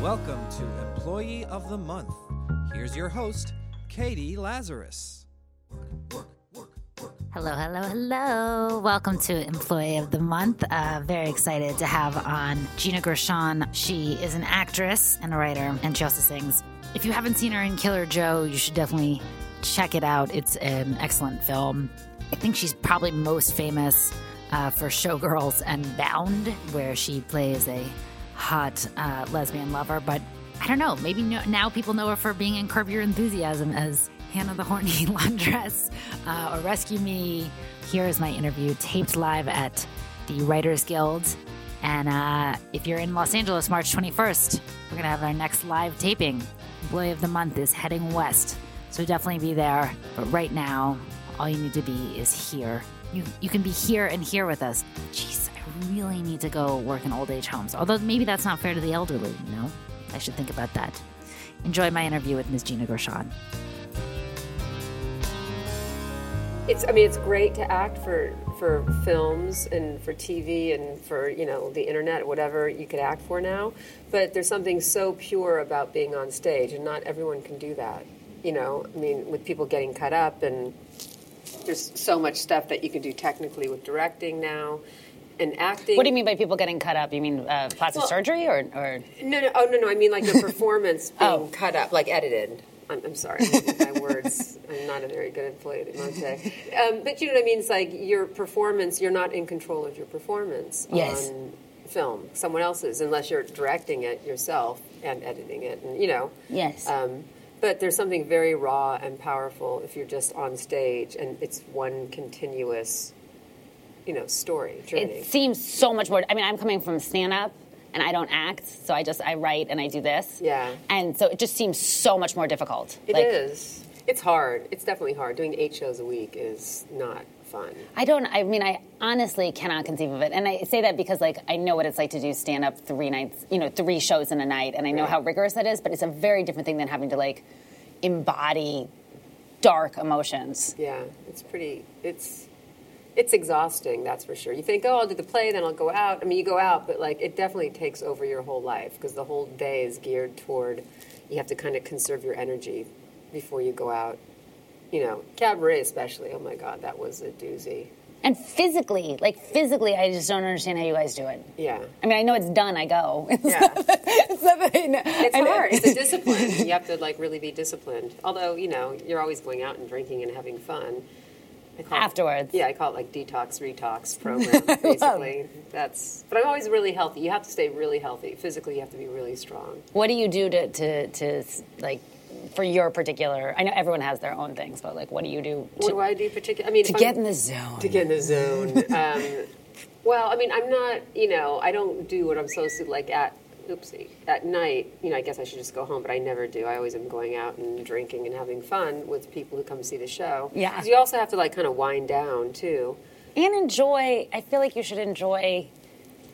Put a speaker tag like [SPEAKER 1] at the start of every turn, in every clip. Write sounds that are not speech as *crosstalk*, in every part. [SPEAKER 1] Welcome to Employee of the Month. Here's your host, Katie Lazarus.
[SPEAKER 2] Hello, hello, hello. Welcome to Employee of the Month. Uh, very excited to have on Gina Gershon. She is an actress and a writer, and she also sings. If you haven't seen her in Killer Joe, you should definitely check it out. It's an excellent film. I think she's probably most famous uh, for Showgirls and Bound, where she plays a hot uh, lesbian lover. But I don't know, maybe no, now people know her for being in Curb Your Enthusiasm as Hannah the Horny *laughs* Laundress uh, or Rescue Me. Here is my interview taped live at the Writers Guild. And uh, if you're in Los Angeles, March 21st, we're going to have our next live taping. Employee of the Month is heading west. So definitely be there. But right now, all you need to be is here. You, you can be here and here with us. Jeez, I really need to go work in old age homes. Although maybe that's not fair to the elderly, you know? I should think about that. Enjoy my interview with Ms. Gina Gershon.
[SPEAKER 3] It's. I mean, it's great to act for for films and for TV and for you know the internet, whatever you could act for now. But there's something so pure about being on stage, and not everyone can do that. You know, I mean, with people getting cut up, and there's so much stuff that you can do technically with directing now, and acting.
[SPEAKER 4] What do you mean by people getting cut up? You mean uh, plastic
[SPEAKER 3] Well-
[SPEAKER 4] surgery or, or
[SPEAKER 3] No, no, oh no, no. I mean
[SPEAKER 4] *laughs*
[SPEAKER 3] like the performance being
[SPEAKER 4] Oh.
[SPEAKER 3] cut up, like edited. I'm, I'm sorry, I'm losing my
[SPEAKER 4] *laughs*
[SPEAKER 3] words. I'm not a very good employee at Monte. Um, but you know what I mean? It's like your performance. You're not in control of your performance
[SPEAKER 4] Yes.
[SPEAKER 3] on film. Someone else's, unless you're directing it yourself and editing it, and you know.
[SPEAKER 4] Yes.
[SPEAKER 3] Um, but there's something very raw and powerful if you're just on stage and it's one continuous, you know, story journey.
[SPEAKER 4] it seems so much more. I mean, I'm coming from stand up and I don't act, so I just I write and I do this.
[SPEAKER 3] Yeah.
[SPEAKER 4] And so it just seems so much more difficult.
[SPEAKER 3] It is. It's hard. It's definitely hard. Doing eight shows a week is not fun.
[SPEAKER 4] I don't. I mean, I honestly cannot conceive of it, and I say that because like I know what it's like to do stand up three nights, you know, three shows in a night, and I know
[SPEAKER 3] Right.
[SPEAKER 4] how rigorous that is. But it's a very different thing than having to like embody dark emotions.
[SPEAKER 3] Yeah, it's pretty. It's it's exhausting. That's for sure. You think, oh, I'll do the play, then I'll go out. I mean, you go out, but like it definitely takes over your whole life because the whole day is geared toward. You have to kind of conserve your energy before you go out. You know, cabaret especially. Oh my God, that was a doozy.
[SPEAKER 4] And physically, like physically, I just don't understand how you guys do it.
[SPEAKER 3] Yeah.
[SPEAKER 4] I mean, I know it's done. I go. *laughs*
[SPEAKER 3] Yeah.
[SPEAKER 4] it's not that I know-
[SPEAKER 3] It's
[SPEAKER 4] I know-
[SPEAKER 3] hard. It's a discipline.
[SPEAKER 4] *laughs*
[SPEAKER 3] You have to like really be disciplined. Although you know you're always going out and drinking and having fun. I call it-
[SPEAKER 4] Afterwards.
[SPEAKER 3] yeah, I call it like detox,
[SPEAKER 4] *laughs*
[SPEAKER 3] retox program. Basically, that's. But I'm always really healthy. You have to stay really healthy physically. You have to be really strong.
[SPEAKER 4] What do you do to, to, to like for your particular? I know everyone has their own things, but like, what do you do? To,
[SPEAKER 3] What do I do particular? I mean,
[SPEAKER 4] to
[SPEAKER 3] if
[SPEAKER 4] get
[SPEAKER 3] I'm-
[SPEAKER 4] in the zone.
[SPEAKER 3] to get in the zone. Um, well, I mean, I'm not, you know, I don't do what I'm supposed to like at, oopsie, at night. You know, I guess I should just go home, but I never do. I always am going out and drinking and having fun with people who come see the show.
[SPEAKER 4] Yeah.
[SPEAKER 3] 'Cause you also have to like kind of wind down too.
[SPEAKER 4] and enjoy. I feel like you should enjoy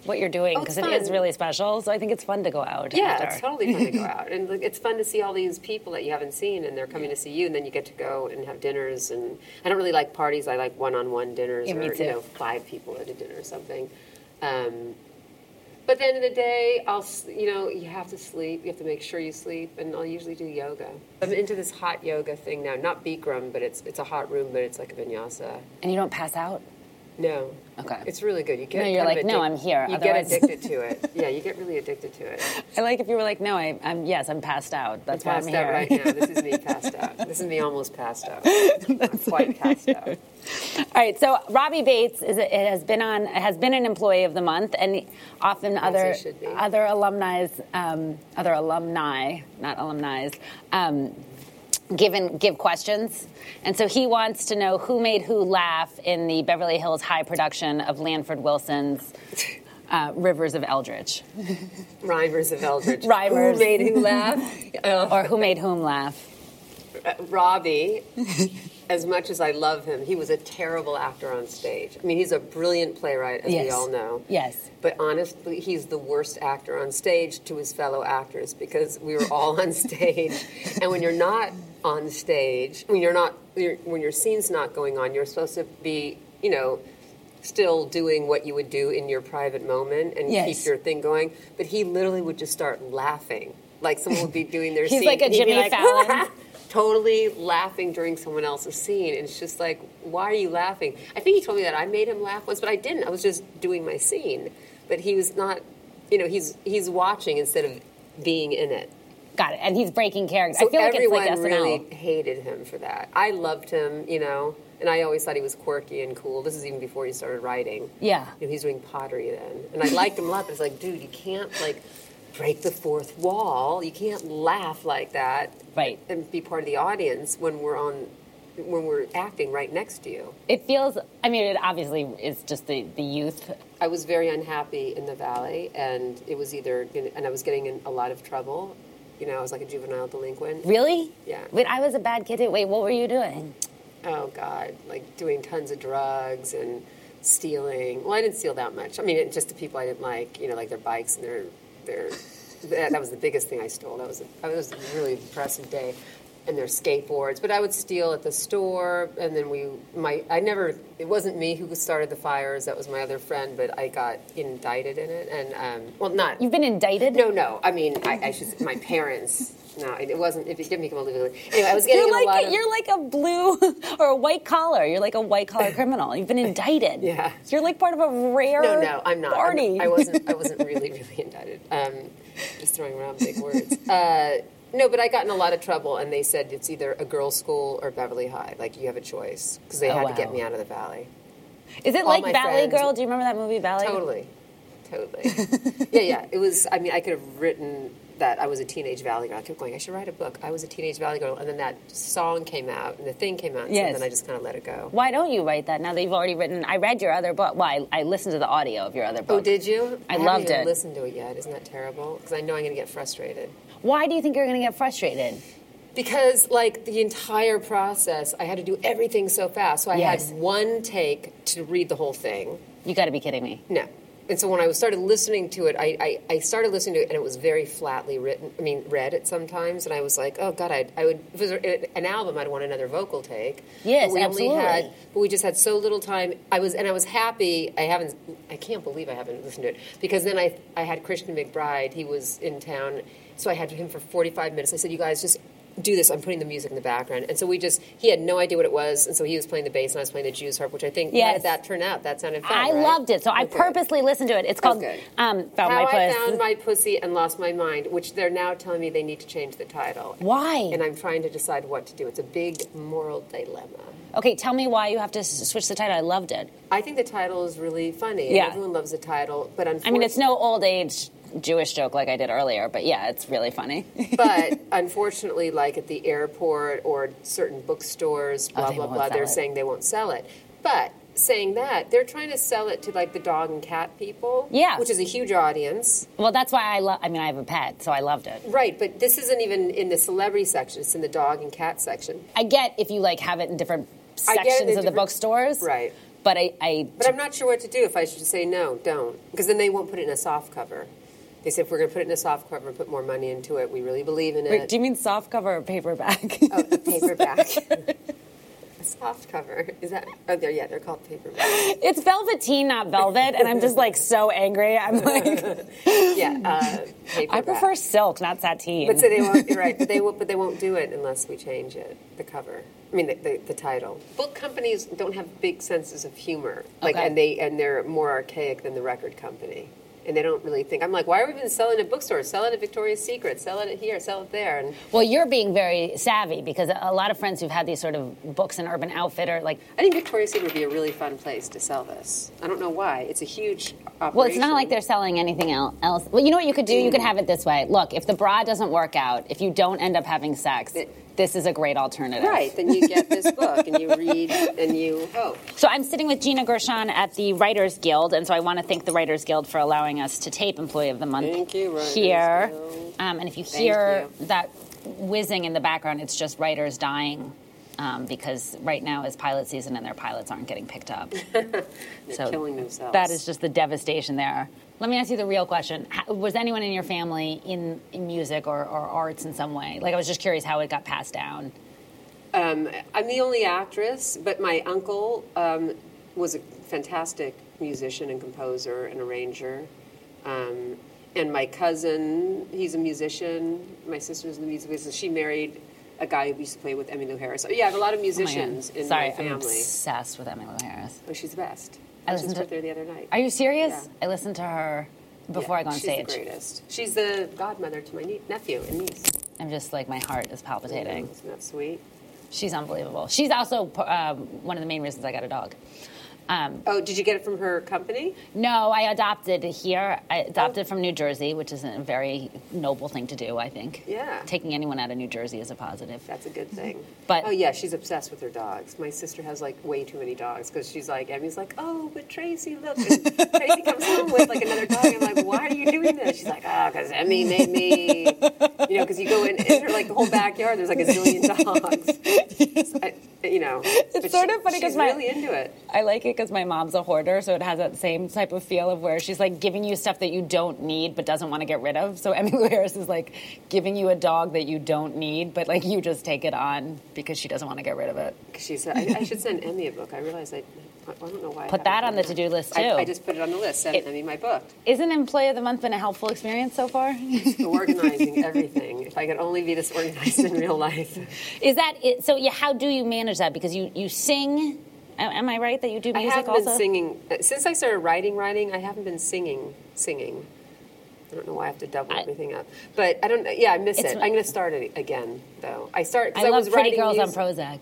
[SPEAKER 4] what you're doing
[SPEAKER 3] Oh, it's
[SPEAKER 4] because it is
[SPEAKER 3] fun.
[SPEAKER 4] really special. So I think it's fun to go out.
[SPEAKER 3] Yeah,
[SPEAKER 4] after.
[SPEAKER 3] it's totally fun to
[SPEAKER 4] *laughs*
[SPEAKER 3] go out, and like, it's fun to see all these people that you haven't seen, and they're coming to see you, and then you get to go and have dinners. And I don't really like parties; I like one-on-one dinners,
[SPEAKER 4] Yeah,
[SPEAKER 3] or
[SPEAKER 4] me too.
[SPEAKER 3] you know, five people at a dinner or something. Um, but at the end of the day, I'll s- you know you have to sleep. You have to make sure you sleep, and I'll usually do yoga. I'm into this hot yoga thing now. Not Bikram, but it's it's a hot room, but it's like a vinyasa.
[SPEAKER 4] and you don't pass out.
[SPEAKER 3] No.
[SPEAKER 4] Okay.
[SPEAKER 3] It's really good. You get
[SPEAKER 4] No, you're
[SPEAKER 3] kind of
[SPEAKER 4] like, "No, I'm here,"
[SPEAKER 3] You
[SPEAKER 4] otherwise-
[SPEAKER 3] get addicted to it. *laughs* Yeah, you get really addicted to it.
[SPEAKER 4] I like if you were like, no, I, I'm yes, I'm passed out. That's why I'm
[SPEAKER 3] passed
[SPEAKER 4] here.
[SPEAKER 3] out
[SPEAKER 4] *laughs*
[SPEAKER 3] right now. This is me passed out. This is me almost passed out. Not quite passed out.
[SPEAKER 4] All right, so Robbie Bates is it has been on has been an employee of the month, and often other
[SPEAKER 3] he should be.
[SPEAKER 4] other alumni's um, other alumni, not alumni's, um, given give questions, and so he wants to know who made who laugh in the Beverly Hills High production of Lanford Wilson's. Uh, Rivers of Eldridge,
[SPEAKER 3] Rhymers of Eldridge.
[SPEAKER 4] *laughs* Rhymers.
[SPEAKER 3] Who made who laugh?
[SPEAKER 4] *laughs*
[SPEAKER 3] Uh,
[SPEAKER 4] or who made whom laugh?
[SPEAKER 3] Robbie, as much as I love him, he was a terrible actor on stage. I mean, he's a brilliant playwright, as we
[SPEAKER 4] Yes.
[SPEAKER 3] all know.
[SPEAKER 4] Yes.
[SPEAKER 3] But honestly, he's the worst actor on stage to his fellow actors because we were all on
[SPEAKER 4] *laughs*
[SPEAKER 3] stage. And when you're not on stage, when you're not, you're, when your scene's not going on, you're supposed to be, you know, still doing what you would do in your private moment and
[SPEAKER 4] Yes.
[SPEAKER 3] keep your thing going. But he literally would just start laughing. Like someone would be doing their
[SPEAKER 4] *laughs* He's
[SPEAKER 3] scene.
[SPEAKER 4] like a
[SPEAKER 3] and he'd be "Ah!"
[SPEAKER 4] Jimmy
[SPEAKER 3] *laughs*
[SPEAKER 4] Fallon.
[SPEAKER 3] totally laughing during someone else's scene. And it's just like, why are you laughing? I think he told me that I made him laugh once, but I didn't. I was just doing my scene. But he was not, you know, he's he's watching instead of being in it.
[SPEAKER 4] Got it. And he's breaking character.
[SPEAKER 3] So
[SPEAKER 4] I feel like it's
[SPEAKER 3] everyone
[SPEAKER 4] like SNL.
[SPEAKER 3] really hated him for that. I loved him, you know, and I always thought he was quirky and cool. This is even before he started writing.
[SPEAKER 4] Yeah.
[SPEAKER 3] You know, he's doing pottery then, and I liked him a lot. But it's like, dude, you can't like break the fourth wall. You can't laugh like that
[SPEAKER 4] Right.
[SPEAKER 3] and be part of the audience when we're on when we're acting right next to you.
[SPEAKER 4] It feels. I mean, it obviously is just the the youth.
[SPEAKER 3] I was very unhappy in the valley, and it was either and I was getting in a lot of trouble. You know, I was like a juvenile delinquent.
[SPEAKER 4] Really?
[SPEAKER 3] Yeah.
[SPEAKER 4] Wait, I was a bad kid. too. Wait, what were you doing?
[SPEAKER 3] oh god like doing tons of drugs and stealing well i didn't steal that much i mean it, just the people i didn't like you know like their bikes and their their that, that was the biggest thing i stole that was a, that was a really impressive day and their skateboards but i would steal at the store and then we my i never it wasn't me who started the fires that was my other friend but i got indicted in it and um, well not
[SPEAKER 4] You've been indicted.
[SPEAKER 3] no, no. I mean, I, I should. My parents. No, it wasn't. If it didn't become illegal. Anyway, I was getting
[SPEAKER 4] You're
[SPEAKER 3] in a lot
[SPEAKER 4] like
[SPEAKER 3] of.
[SPEAKER 4] a, you're like a blue *laughs* or a white collar. You're like a
[SPEAKER 3] *laughs*
[SPEAKER 4] white collar criminal. You've been indicted.
[SPEAKER 3] Yeah.
[SPEAKER 4] You're like part of a rare.
[SPEAKER 3] No, no, I'm not. I'm-
[SPEAKER 4] Party.
[SPEAKER 3] I wasn't. I wasn't really, really indicted. Um, just throwing around big
[SPEAKER 4] *laughs*
[SPEAKER 3] words. Uh, no, but I got in a lot of trouble, and they said it's either a girls' school or Beverly High. Like you have a choice because they
[SPEAKER 4] Oh,
[SPEAKER 3] had to
[SPEAKER 4] wow.
[SPEAKER 3] get me out of the valley.
[SPEAKER 4] Is it
[SPEAKER 3] all
[SPEAKER 4] like
[SPEAKER 3] my
[SPEAKER 4] Valley
[SPEAKER 3] friends-
[SPEAKER 4] Girl? Do you remember that movie Valley?
[SPEAKER 3] Totally,
[SPEAKER 4] *laughs*
[SPEAKER 3] totally. yeah, yeah. It was. I mean, I could have written that I was a teenage valley girl. I kept going. I should write a book. I was a teenage valley girl, and then that song came out, and the thing came out, and so
[SPEAKER 4] Yes.
[SPEAKER 3] then I just kind of let it go.
[SPEAKER 4] Why don't you write that now that you've already written? I read your other book. Well, I, I listened to the audio of your other book.
[SPEAKER 3] Oh, did you?
[SPEAKER 4] I
[SPEAKER 3] haven't
[SPEAKER 4] loved
[SPEAKER 3] even
[SPEAKER 4] it.
[SPEAKER 3] Listened to it yet? Isn't that terrible? Because I know I'm going to get frustrated.
[SPEAKER 4] Why do you think you're going to get frustrated?
[SPEAKER 3] Because like the entire process, I had to do everything so fast. So I
[SPEAKER 4] Yes.
[SPEAKER 3] had one take to read the whole thing.
[SPEAKER 4] You got to be kidding me.
[SPEAKER 3] No. And so when I started listening to it, I, I, I started listening to it, and it was very flatly written. I mean, read it sometimes, and I was like, "Oh God, I'd, I would." If it was a- an album, I'd want another vocal take.
[SPEAKER 4] Yes,
[SPEAKER 3] but we
[SPEAKER 4] absolutely.
[SPEAKER 3] Only had, but we just had so little time. I was, and I was happy. I haven't. I can't believe I haven't listened to it because then I, I had Christian McBride. He was in town, so I had him for forty-five minutes. I said, "You guys just." Do this. I'm putting the music in the background, and so we just—he had no idea what it was, and so he was playing the bass, and I was playing the Jew's harp, which I think how
[SPEAKER 4] Yes.
[SPEAKER 3] did that turn out? That sounded fun.
[SPEAKER 4] I
[SPEAKER 3] right?
[SPEAKER 4] loved it, so I
[SPEAKER 3] Okay.
[SPEAKER 4] purposely listened to it. It's called
[SPEAKER 3] Okay.
[SPEAKER 4] um, "Found
[SPEAKER 3] How I
[SPEAKER 4] My Puss."
[SPEAKER 3] Found My Pussy and Lost My Mind, which they're now telling me they need to change the title.
[SPEAKER 4] Why?
[SPEAKER 3] And I'm trying to decide what to do. It's a big moral dilemma.
[SPEAKER 4] okay, tell me why you have to s- switch the title. I loved it.
[SPEAKER 3] I think the title is really funny. and
[SPEAKER 4] Yeah.
[SPEAKER 3] Everyone loves the title, but
[SPEAKER 4] I
[SPEAKER 3] unfortunately,
[SPEAKER 4] mean, it's no old age Jewish joke like I did earlier, but yeah, it's really funny.
[SPEAKER 3] *laughs* but unfortunately, like at the airport or certain bookstores, blah
[SPEAKER 4] Oh, they
[SPEAKER 3] blah
[SPEAKER 4] won't
[SPEAKER 3] blah, they're
[SPEAKER 4] sell it.
[SPEAKER 3] saying they won't sell it. But saying that, they're trying to sell it to like the dog and cat people,
[SPEAKER 4] Yeah.
[SPEAKER 3] which is a huge audience.
[SPEAKER 4] *laughs* well, that's why I love. I mean, I have a pet, so I loved it.
[SPEAKER 3] Right, but this isn't even in the celebrity section. It's in the dog and cat section.
[SPEAKER 4] I get if you like have it in different
[SPEAKER 3] I get it in
[SPEAKER 4] sections of the
[SPEAKER 3] different-
[SPEAKER 4] bookstores,
[SPEAKER 3] Right.
[SPEAKER 4] But I, I
[SPEAKER 3] But I'm not sure what to do if I should say no, don't, because then they won't put it in a soft cover. They said if we're going to put it in a soft cover, put more money into it. We really believe in
[SPEAKER 4] wait,
[SPEAKER 3] it.
[SPEAKER 4] do you mean soft cover or paperback?
[SPEAKER 3] oh, a paperback. *laughs* a soft cover is that? Oh, they're yeah, they're called paperback.
[SPEAKER 4] *laughs* it's velveteen, not velvet, and I'm just like so
[SPEAKER 3] *laughs*
[SPEAKER 4] angry. I'm like,
[SPEAKER 3] Yeah, uh, paperback.
[SPEAKER 4] I prefer silk, not sateen.
[SPEAKER 3] But *laughs* so they won't. Right, but *laughs* they won't. But they won't do it unless we change it. The cover. I mean, the, the, the title. Book companies don't have big senses of humor, like,
[SPEAKER 4] Okay.
[SPEAKER 3] and they and they're more archaic than the record company, and they don't really think. I'm like, why are we even selling at bookstores? Sell it at Victoria's Secret. Sell it at here. Sell it there. And
[SPEAKER 4] well, you're being very savvy because a lot of friends who've had these sort of books in Urban Outfitter, like,
[SPEAKER 3] I think Victoria's Secret would be a really fun place to sell this. I don't know why. It's a huge. Operation.
[SPEAKER 4] Well, it's not like they're selling anything el- else. Well, you know what you could do? You could have it this way. Look, if the bra doesn't work out, if you don't end up having sex, this is a great alternative.
[SPEAKER 3] Right, then you get this book and you read and you hope.
[SPEAKER 4] So I'm sitting with Gina Gershon at the Writers Guild, and so I want to thank the Writers Guild for allowing us to tape Employee of the Month
[SPEAKER 3] Thank you, Writers
[SPEAKER 4] here.
[SPEAKER 3] Guild.
[SPEAKER 4] Um, and if you hear
[SPEAKER 3] you.
[SPEAKER 4] that whizzing in the background, it's just writers dying. Um, because right now is pilot season and their pilots aren't getting
[SPEAKER 3] *laughs*
[SPEAKER 4] picked up. so
[SPEAKER 3] killing themselves.
[SPEAKER 4] That is just the devastation there. Let me ask you the real question: How, Was anyone in your family in, in music or, or arts in some way? Like I was just curious how it got passed down.
[SPEAKER 3] I'm the only actress, but my uncle um, was a fantastic musician and composer and arranger. Um, and my cousin, he's a musician. My sister's in the music business. She married a guy who used to play with Emmylou Harris. Oh, yeah, I have a lot of
[SPEAKER 4] Oh my God.
[SPEAKER 3] musicians in
[SPEAKER 4] Sorry,
[SPEAKER 3] my family.
[SPEAKER 4] I'm obsessed with Emmylou Harris.
[SPEAKER 3] Oh, she's the best.
[SPEAKER 4] I
[SPEAKER 3] I was
[SPEAKER 4] listened
[SPEAKER 3] just
[SPEAKER 4] to-
[SPEAKER 3] with her the other night.
[SPEAKER 4] Are you serious?
[SPEAKER 3] Yeah.
[SPEAKER 4] I listened to her before
[SPEAKER 3] Yeah,
[SPEAKER 4] I go on
[SPEAKER 3] she's
[SPEAKER 4] stage.
[SPEAKER 3] the greatest. She's the godmother to my nie- nephew and niece.
[SPEAKER 4] I'm just like my heart is palpitating.
[SPEAKER 3] Isn't that sweet?
[SPEAKER 4] She's unbelievable. She's also um, one of the main reasons I got a dog. Um,
[SPEAKER 3] Oh, did you get it from her company?
[SPEAKER 4] no, I adopted here. I adopted from New Jersey, which is a very noble thing to do, I think.
[SPEAKER 3] Yeah.
[SPEAKER 4] Taking anyone out of New Jersey is a positive.
[SPEAKER 3] That's a good thing.
[SPEAKER 4] But-
[SPEAKER 3] oh yeah, she's obsessed with her dogs. My sister has like way too many dogs because she's like Emmy's like, oh, but Tracy, look, and Tracy comes home with like another dog. I'm like, why are you doing this? She's like, oh, because Emmy made me, you know, because you go in, in her like the whole backyard. There's like a zillion dogs.
[SPEAKER 4] *laughs*
[SPEAKER 3] I, you know, it's
[SPEAKER 4] sort of funny 'cause
[SPEAKER 3] she's
[SPEAKER 4] my-
[SPEAKER 3] really into it.
[SPEAKER 4] I like it because my mom's a hoarder, so it has that same type of feel of where she's like giving you stuff that you don't need but doesn't want to get rid of. So *laughs* Emmylou Harris is like giving you a dog that you don't need, but like you just take it on because she doesn't want to get rid of it.
[SPEAKER 3] She's. I, I should send Emmy a book. I realize I. I don't know why. I
[SPEAKER 4] Put that
[SPEAKER 3] haven't
[SPEAKER 4] on the
[SPEAKER 3] done
[SPEAKER 4] to-do list,
[SPEAKER 3] I,
[SPEAKER 4] too.
[SPEAKER 3] I just put it on the list. Send
[SPEAKER 4] It-
[SPEAKER 3] Emmy my book.
[SPEAKER 4] Isn't Employee of the Month been a helpful experience so *laughs* far?
[SPEAKER 3] Organizing everything. If I could only be this organized in real life.
[SPEAKER 4] is that it? So yeah, how do you manage that? Because you you sing. Am- Am I right that you do
[SPEAKER 3] I
[SPEAKER 4] music
[SPEAKER 3] haven't
[SPEAKER 4] also?
[SPEAKER 3] been singing uh, since I started writing. Writing. I haven't been singing. Singing. I don't know why I have to double
[SPEAKER 4] I-
[SPEAKER 3] everything up, but I don't. Yeah, I miss
[SPEAKER 4] It's
[SPEAKER 3] it.
[SPEAKER 4] my-
[SPEAKER 3] I'm going to start it again, though. I start. 'cause
[SPEAKER 4] I love
[SPEAKER 3] was
[SPEAKER 4] Pretty
[SPEAKER 3] writing
[SPEAKER 4] Girls
[SPEAKER 3] music-
[SPEAKER 4] on Prozac.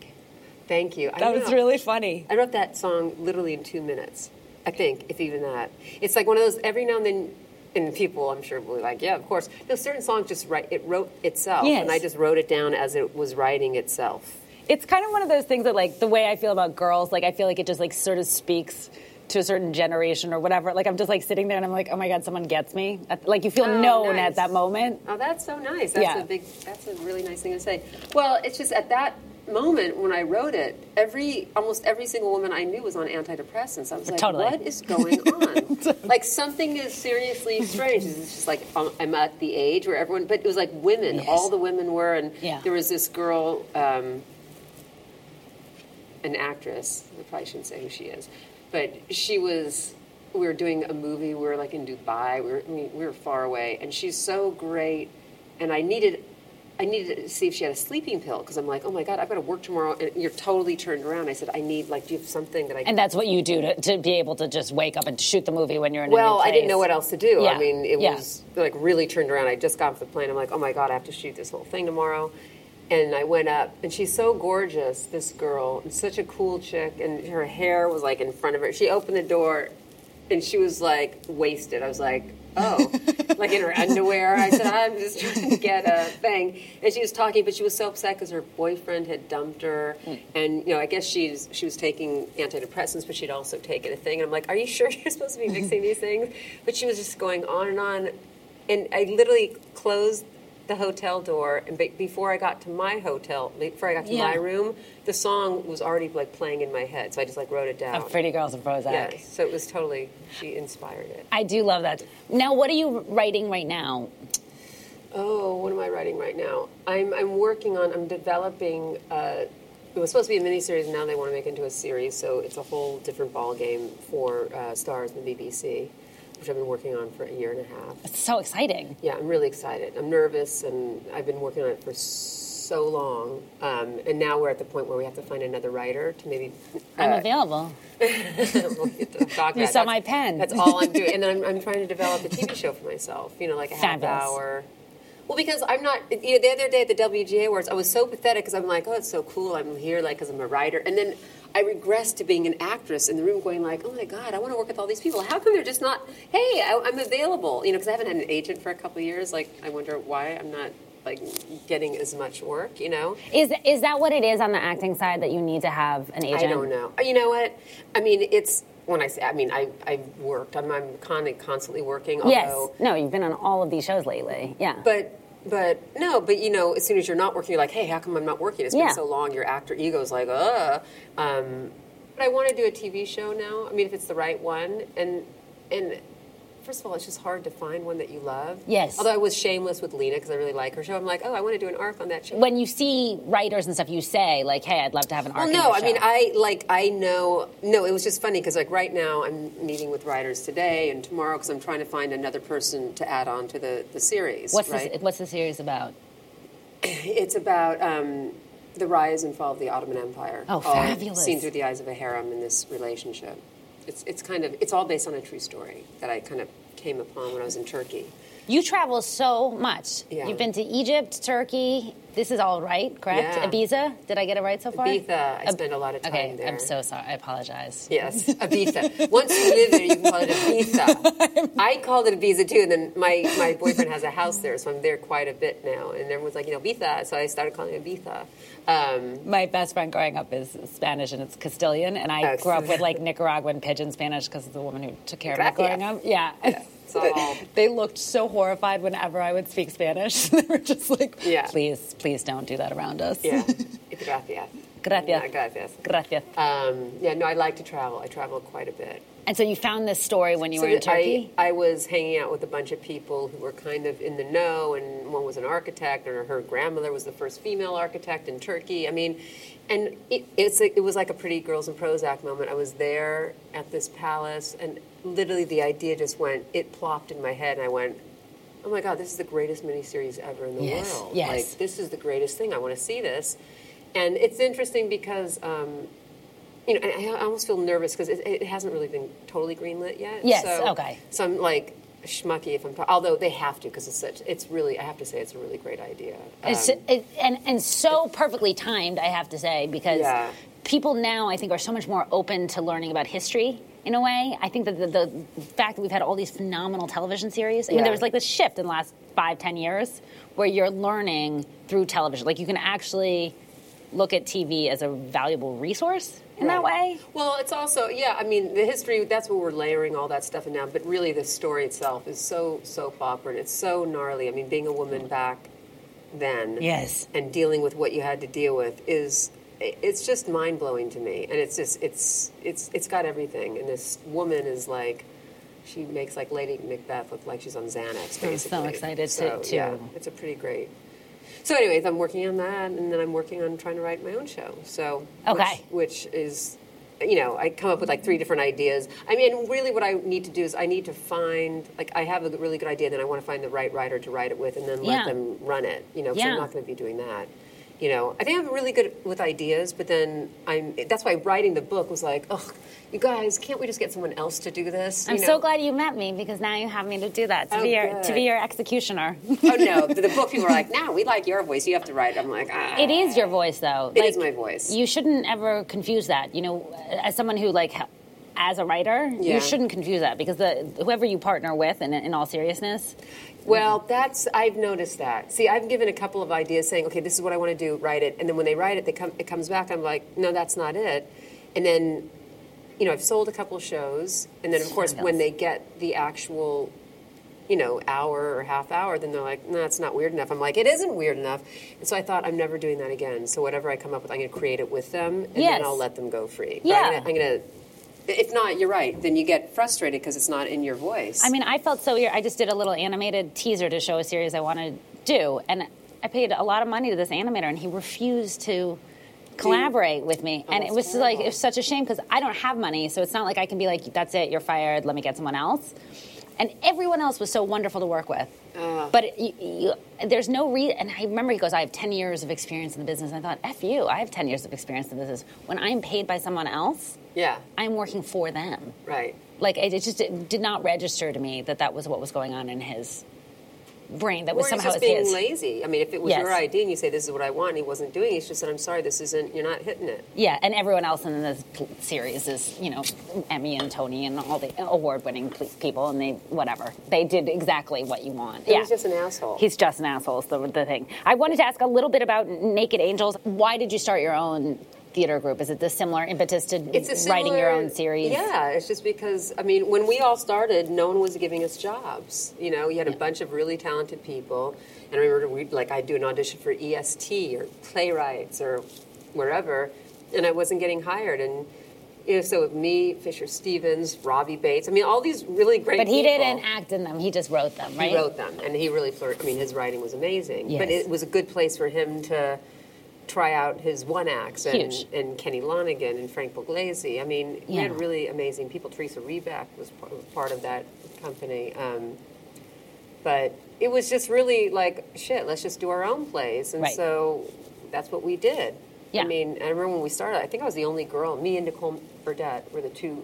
[SPEAKER 3] Thank you. I know.
[SPEAKER 4] funny.
[SPEAKER 3] I wrote that song literally in two minutes, I think, if even that. It's like one of those every now and then, and people I'm sure will be like, yeah, of course. No, certain songs just write it wrote itself,
[SPEAKER 4] Yes.
[SPEAKER 3] and I just wrote it down as it was writing itself.
[SPEAKER 4] It's kind of one of those things that, like, the way I feel about girls, like, I feel like it just, like, sort of speaks to a certain generation or whatever. Like, I'm just, like, sitting there and I'm like, oh my God, someone gets me. Like, you feel
[SPEAKER 3] Oh,
[SPEAKER 4] known
[SPEAKER 3] nice.
[SPEAKER 4] at that moment.
[SPEAKER 3] Oh, that's so nice. That's
[SPEAKER 4] Yeah.
[SPEAKER 3] a big. That's a really nice thing to say. Well, it's just at that moment when I wrote it, every almost every single woman I knew was on antidepressants. I was like,
[SPEAKER 4] Totally.
[SPEAKER 3] what is
[SPEAKER 4] *laughs*
[SPEAKER 3] going on? like something is seriously strange. It's just like um, I'm at the age where everyone, but it was like women.
[SPEAKER 4] Yes.
[SPEAKER 3] All the women were, and
[SPEAKER 4] Yeah.
[SPEAKER 3] there was this girl. Um, an actress. I probably shouldn't say who she is, but she was. We were doing a movie. We were like in Dubai. We were I mean, we were far away, and she's so great. And I needed, I needed to see if she had a sleeping pill because I'm like, oh my god, I've got to work tomorrow, and you're totally turned around. I said, I need like, do you have something that I? can
[SPEAKER 4] And that's what you do to, to be able to just wake up and shoot the movie when you're in a
[SPEAKER 3] well,
[SPEAKER 4] new
[SPEAKER 3] I didn't
[SPEAKER 4] place.
[SPEAKER 3] know what else to do.
[SPEAKER 4] Yeah.
[SPEAKER 3] I mean, it
[SPEAKER 4] Yeah.
[SPEAKER 3] was like really turned around. I just got off the plane. I'm like, oh my god, I have to shoot this whole thing tomorrow. And I went up, and she's so gorgeous, this girl, and such a cool chick. And her hair was like in front of her. She opened the door, and she was like wasted. I was like, oh, like in her underwear. I said, I'm just trying to get a thing. And she was talking, but she was so upset because her boyfriend had dumped her. And, you know, I guess she's, she was taking antidepressants, but she'd also taken a thing. And I'm like, are you sure *laughs* you're supposed to be mixing these things? But she was just going on and on. And I literally closed the hotel door and be- before I got to my hotel before I got to
[SPEAKER 4] Yeah.
[SPEAKER 3] my room the song was already like playing in my head so I just like wrote it down
[SPEAKER 4] Of Pretty Girls and Prozac.
[SPEAKER 3] yeah, so it was totally she inspired it.
[SPEAKER 4] I do love that. Now, what are you writing right now?
[SPEAKER 3] Oh, what am I writing right now? I'm I'm working on I'm developing. Uh, it was supposed to be a miniseries, and now they want to make it into a series, so it's a whole different ball game for uh, stars and the BBC, which I've been working on for a year and a half.
[SPEAKER 4] It's so exciting.
[SPEAKER 3] Yeah, I'm really excited. I'm nervous, and I've been working on it for so long, um, and now we're at the point where we have to find another writer to maybe.
[SPEAKER 4] I'm available.
[SPEAKER 3] *laughs* we'll get to talk
[SPEAKER 4] You
[SPEAKER 3] about it.
[SPEAKER 4] saw
[SPEAKER 3] That's-
[SPEAKER 4] my pen.
[SPEAKER 3] That's all I'm doing, and I'm, I'm trying to develop a TV show for myself. You know, like a
[SPEAKER 4] Fabulous.
[SPEAKER 3] half hour. Well, because I'm not. You know, the other day at the WGA Awards, I was so pathetic because I'm like, oh, it's so cool. I'm here, like, because I'm a writer, and then I regressed to being an actress in the room, going like, oh my god, I want to work with all these people. How come they're just not? Hey, I, I'm available. You know, because I haven't had an agent for a couple of years. Like, I wonder why I'm not like getting as much work. You know.
[SPEAKER 4] Is, is that what it is on the acting side that you need to have an agent?
[SPEAKER 3] I don't know. Uh, You know what? I mean, it's when I say. I mean, I I've worked. I'm I'm con- constantly working. Although,
[SPEAKER 4] Yes. No, you've been on all of these shows lately. Yeah.
[SPEAKER 3] But but no. But you know, as soon as you're not working, you're like, hey, how come I'm not working? It's
[SPEAKER 4] Yeah.
[SPEAKER 3] been so long. Your actor ego's like, uh. Um, but I want to do a TV show now. I mean, if it's the right one, and and first of all, it's just hard to find one that you love.
[SPEAKER 4] Yes.
[SPEAKER 3] Although I was shameless with Lena because I really like her show. I'm like, oh, I want to do an arc on that show.
[SPEAKER 4] When you see writers and stuff, you say like, "Hey, I'd love to have an arc."
[SPEAKER 3] Well,
[SPEAKER 4] in
[SPEAKER 3] no,
[SPEAKER 4] your
[SPEAKER 3] I mean,
[SPEAKER 4] show.
[SPEAKER 3] I like, I know, no, it was just funny because, like, right now I'm meeting with writers today and tomorrow because I'm trying to find another person to add on to the, the series.
[SPEAKER 4] What's
[SPEAKER 3] right?
[SPEAKER 4] this, what's the series about?
[SPEAKER 3] It's about um, the rise and fall of the Ottoman Empire.
[SPEAKER 4] Oh,
[SPEAKER 3] all
[SPEAKER 4] fabulous.
[SPEAKER 3] Seen through the eyes of a harem in this relationship. It's, it's kind of, it's all based on a true story that I kind of came upon when I was in Turkey.
[SPEAKER 4] You travel so much.
[SPEAKER 3] Yeah.
[SPEAKER 4] You've been to Egypt, Turkey. This is all right, correct?
[SPEAKER 3] Yeah.
[SPEAKER 4] Ibiza. Did I get it right so far?
[SPEAKER 3] Ibiza, I
[SPEAKER 4] Ab-
[SPEAKER 3] spend a lot of time
[SPEAKER 4] Um, okay,
[SPEAKER 3] there.
[SPEAKER 4] I'm so sorry. I apologize.
[SPEAKER 3] Yes, Ibiza. Once you live there, you can call it Ibiza. I called it Ibiza too, and then my, my boyfriend has a house there, so I'm there quite a bit now. And everyone's like, you know, Ibiza, so I started calling it Ibiza. Um,
[SPEAKER 4] My best friend growing up is Spanish and it's Castilian, and I
[SPEAKER 3] Oh,
[SPEAKER 4] grew up with like Nicaraguan pigeon Spanish because of the woman who took care of me
[SPEAKER 3] Gracias.
[SPEAKER 4] growing up. Yeah.
[SPEAKER 3] it's all-
[SPEAKER 4] *laughs* They looked so horrified whenever I would speak Spanish. *laughs* they were just like,
[SPEAKER 3] Yeah.
[SPEAKER 4] please, please don't do that around us. *laughs*
[SPEAKER 3] yeah, it's gracias.
[SPEAKER 4] Gracias.
[SPEAKER 3] Yeah, gracias.
[SPEAKER 4] Gracias.
[SPEAKER 3] Um, yeah, no, I like to travel. I travel quite a bit.
[SPEAKER 4] and so you found this story when you
[SPEAKER 3] So
[SPEAKER 4] were in
[SPEAKER 3] that I-
[SPEAKER 4] Turkey?
[SPEAKER 3] I, was hanging out with a bunch of people who were kind of in the know, and one was an architect, or her grandmother was the first female architect in Turkey. I mean, and it, it's a, it was like a pretty Girls in Prozac moment. I was there at this palace, and literally the idea just went, it plopped in my head, and I went, oh my God, this is the greatest miniseries ever in the
[SPEAKER 4] Yes,
[SPEAKER 3] world.
[SPEAKER 4] yes.
[SPEAKER 3] Like, this is the greatest thing. I want to see this. And it's interesting because. Um, you know, I, I almost feel nervous because it, it hasn't really been totally greenlit yet.
[SPEAKER 4] Yes,
[SPEAKER 3] so,
[SPEAKER 4] okay.
[SPEAKER 3] So I'm like schmucky if I'm, ta- although they have to because it's such. It's really, I have to say, it's a really great idea.
[SPEAKER 4] It's,
[SPEAKER 3] Um,
[SPEAKER 4] it, and, and so perfectly timed, I have to say, because
[SPEAKER 3] Yeah.
[SPEAKER 4] people now, I think, are so much more open to learning about history in a way. I think that the, the fact that we've had all these phenomenal television series, I mean,
[SPEAKER 3] Yeah.
[SPEAKER 4] there was like this shift in the last five, ten years where you're learning through television. Like, you can actually look at TV as a valuable resource in that way.
[SPEAKER 3] Right. Well, it's also yeah. I mean, the history. That's where we're layering all that stuff in now. But really, the story itself is so soap opera. and It's so gnarly. I mean, being a woman back then,
[SPEAKER 4] Yes.
[SPEAKER 3] and dealing with what you had to deal with is it's just mind blowing to me. And it's just it's it's it's got everything. And this woman is like. She makes like Lady Macbeth look like she's on Xanax. Basically,
[SPEAKER 4] I'm so excited to-
[SPEAKER 3] So,
[SPEAKER 4] to-
[SPEAKER 3] Yeah, it's a pretty great. So, anyways, I'm working on that, and then I'm working on trying to write my own show. So,
[SPEAKER 4] Okay.
[SPEAKER 3] which, which is, you know, I come up with like three different ideas. I mean, really, what I need to do is I need to find like I have a really good idea, then I want to find the right writer to write it with, and then
[SPEAKER 4] Yeah.
[SPEAKER 3] let them run it. You know, 'cause
[SPEAKER 4] Yeah.
[SPEAKER 3] I'm not going to be doing that. You know, I think I'm really good with ideas, but then I'm. That's why writing the book was like, oh, you guys, can't we just get someone else to do this?
[SPEAKER 4] I'm
[SPEAKER 3] You
[SPEAKER 4] so
[SPEAKER 3] know?
[SPEAKER 4] glad you met me because now you have me to do that, to,
[SPEAKER 3] Oh,
[SPEAKER 4] be, your, to
[SPEAKER 3] good.
[SPEAKER 4] be your executioner. *laughs*
[SPEAKER 3] oh no, the book people are like, no, we like your voice. You have to write. I'm like, ah.
[SPEAKER 4] It is your voice, though.
[SPEAKER 3] It is my voice.
[SPEAKER 4] You shouldn't ever confuse that. You know, as someone who like, h- as a writer,
[SPEAKER 3] Yeah.
[SPEAKER 4] you shouldn't confuse that because the whoever you partner with, and in all seriousness,
[SPEAKER 3] Well, that's I've noticed that. See, I've given a couple of ideas saying, okay, this is what I want to do, write it, and then when they write it, they come it comes back. I'm like, no, that's not it. And then, you know, I've sold a couple of shows, and then of course when they get the actual, you know, hour or half hour, then they're like, no, it's not weird enough. I'm like, it isn't weird enough. And so I thought, I'm never doing that again. So whatever I come up with, I'm going to create it with them, and
[SPEAKER 4] Yes.
[SPEAKER 3] then I'll let them go free. But
[SPEAKER 4] Yeah.
[SPEAKER 3] I'm going to. If not, you're right. Then you get frustrated because it's not in your voice.
[SPEAKER 4] I mean, I felt so weird. I just did a little animated teaser to show a series I want to do, and I paid a lot of money to this animator, and he refused to collaborate with me. and it
[SPEAKER 3] Oh, that's
[SPEAKER 4] was like it
[SPEAKER 3] terrible.
[SPEAKER 4] was such a shame because I don't have money, so it's not like I can be like, "That's it, you're fired. Let me get someone else." And everyone else was so wonderful to work with.
[SPEAKER 3] Uh.
[SPEAKER 4] But it- you, you, there's no re And I remember he goes, "I have 10 years of experience in the business." And I thought, "F you! I have 10 years of experience in the business. When I'm paid by someone else,
[SPEAKER 3] yeah,
[SPEAKER 4] I'm working for them."
[SPEAKER 3] right.
[SPEAKER 4] like it, it just it did not register to me that that was what was going on in his brain that was
[SPEAKER 3] or he's
[SPEAKER 4] somehow
[SPEAKER 3] just
[SPEAKER 4] it's
[SPEAKER 3] being
[SPEAKER 4] his
[SPEAKER 3] lazy. I mean, if it was
[SPEAKER 4] Yes.
[SPEAKER 3] your idea and you say this is what I want, and he wasn't doing. it, He's just said, "I'm sorry, this isn't. You're not hitting it."
[SPEAKER 4] yeah and everyone else in this pl- series is you know emmy and tony and all the award-winning pl- people and they whatever they did exactly what you want yeah
[SPEAKER 3] He's just an asshole.
[SPEAKER 4] He's just an asshole. Is the, the thing. I wanted to ask a little bit about Naked Angels. Why did you start your own theater group? Is it the similar impetus to
[SPEAKER 3] it's a
[SPEAKER 4] writing
[SPEAKER 3] similar-
[SPEAKER 4] your own series?
[SPEAKER 3] Yeah, it's just because I mean, when we all started, no one was giving us jobs. You know, you had a bunch of really talented people, and I remember we would like I'd do an audition for E EST or playwrights or wherever, and I wasn't getting hired. And You know, so with me, Fisher Stevens, Robbie Bates. I mean, all these really great.
[SPEAKER 4] But he
[SPEAKER 3] people.
[SPEAKER 4] didn't act in them. He just wrote them, right?
[SPEAKER 3] He wrote them, and he really flirted. I mean, his writing was amazing. But
[SPEAKER 4] Yes.
[SPEAKER 3] it was a good place for him to try out his one acts and,
[SPEAKER 4] Huge.
[SPEAKER 3] and Kenny Lonergan and Frank Pugliese. I mean, we
[SPEAKER 4] Yeah.
[SPEAKER 3] had really amazing people. Teresa Reback was part, was part of that company. Um, but it was just really like, shit, let's just do our own plays. And
[SPEAKER 4] Right.
[SPEAKER 3] so that's what we did.
[SPEAKER 4] Yeah.
[SPEAKER 3] I mean, and I remember when we started, I think I was the only girl. Me and Nicole Burdett were the two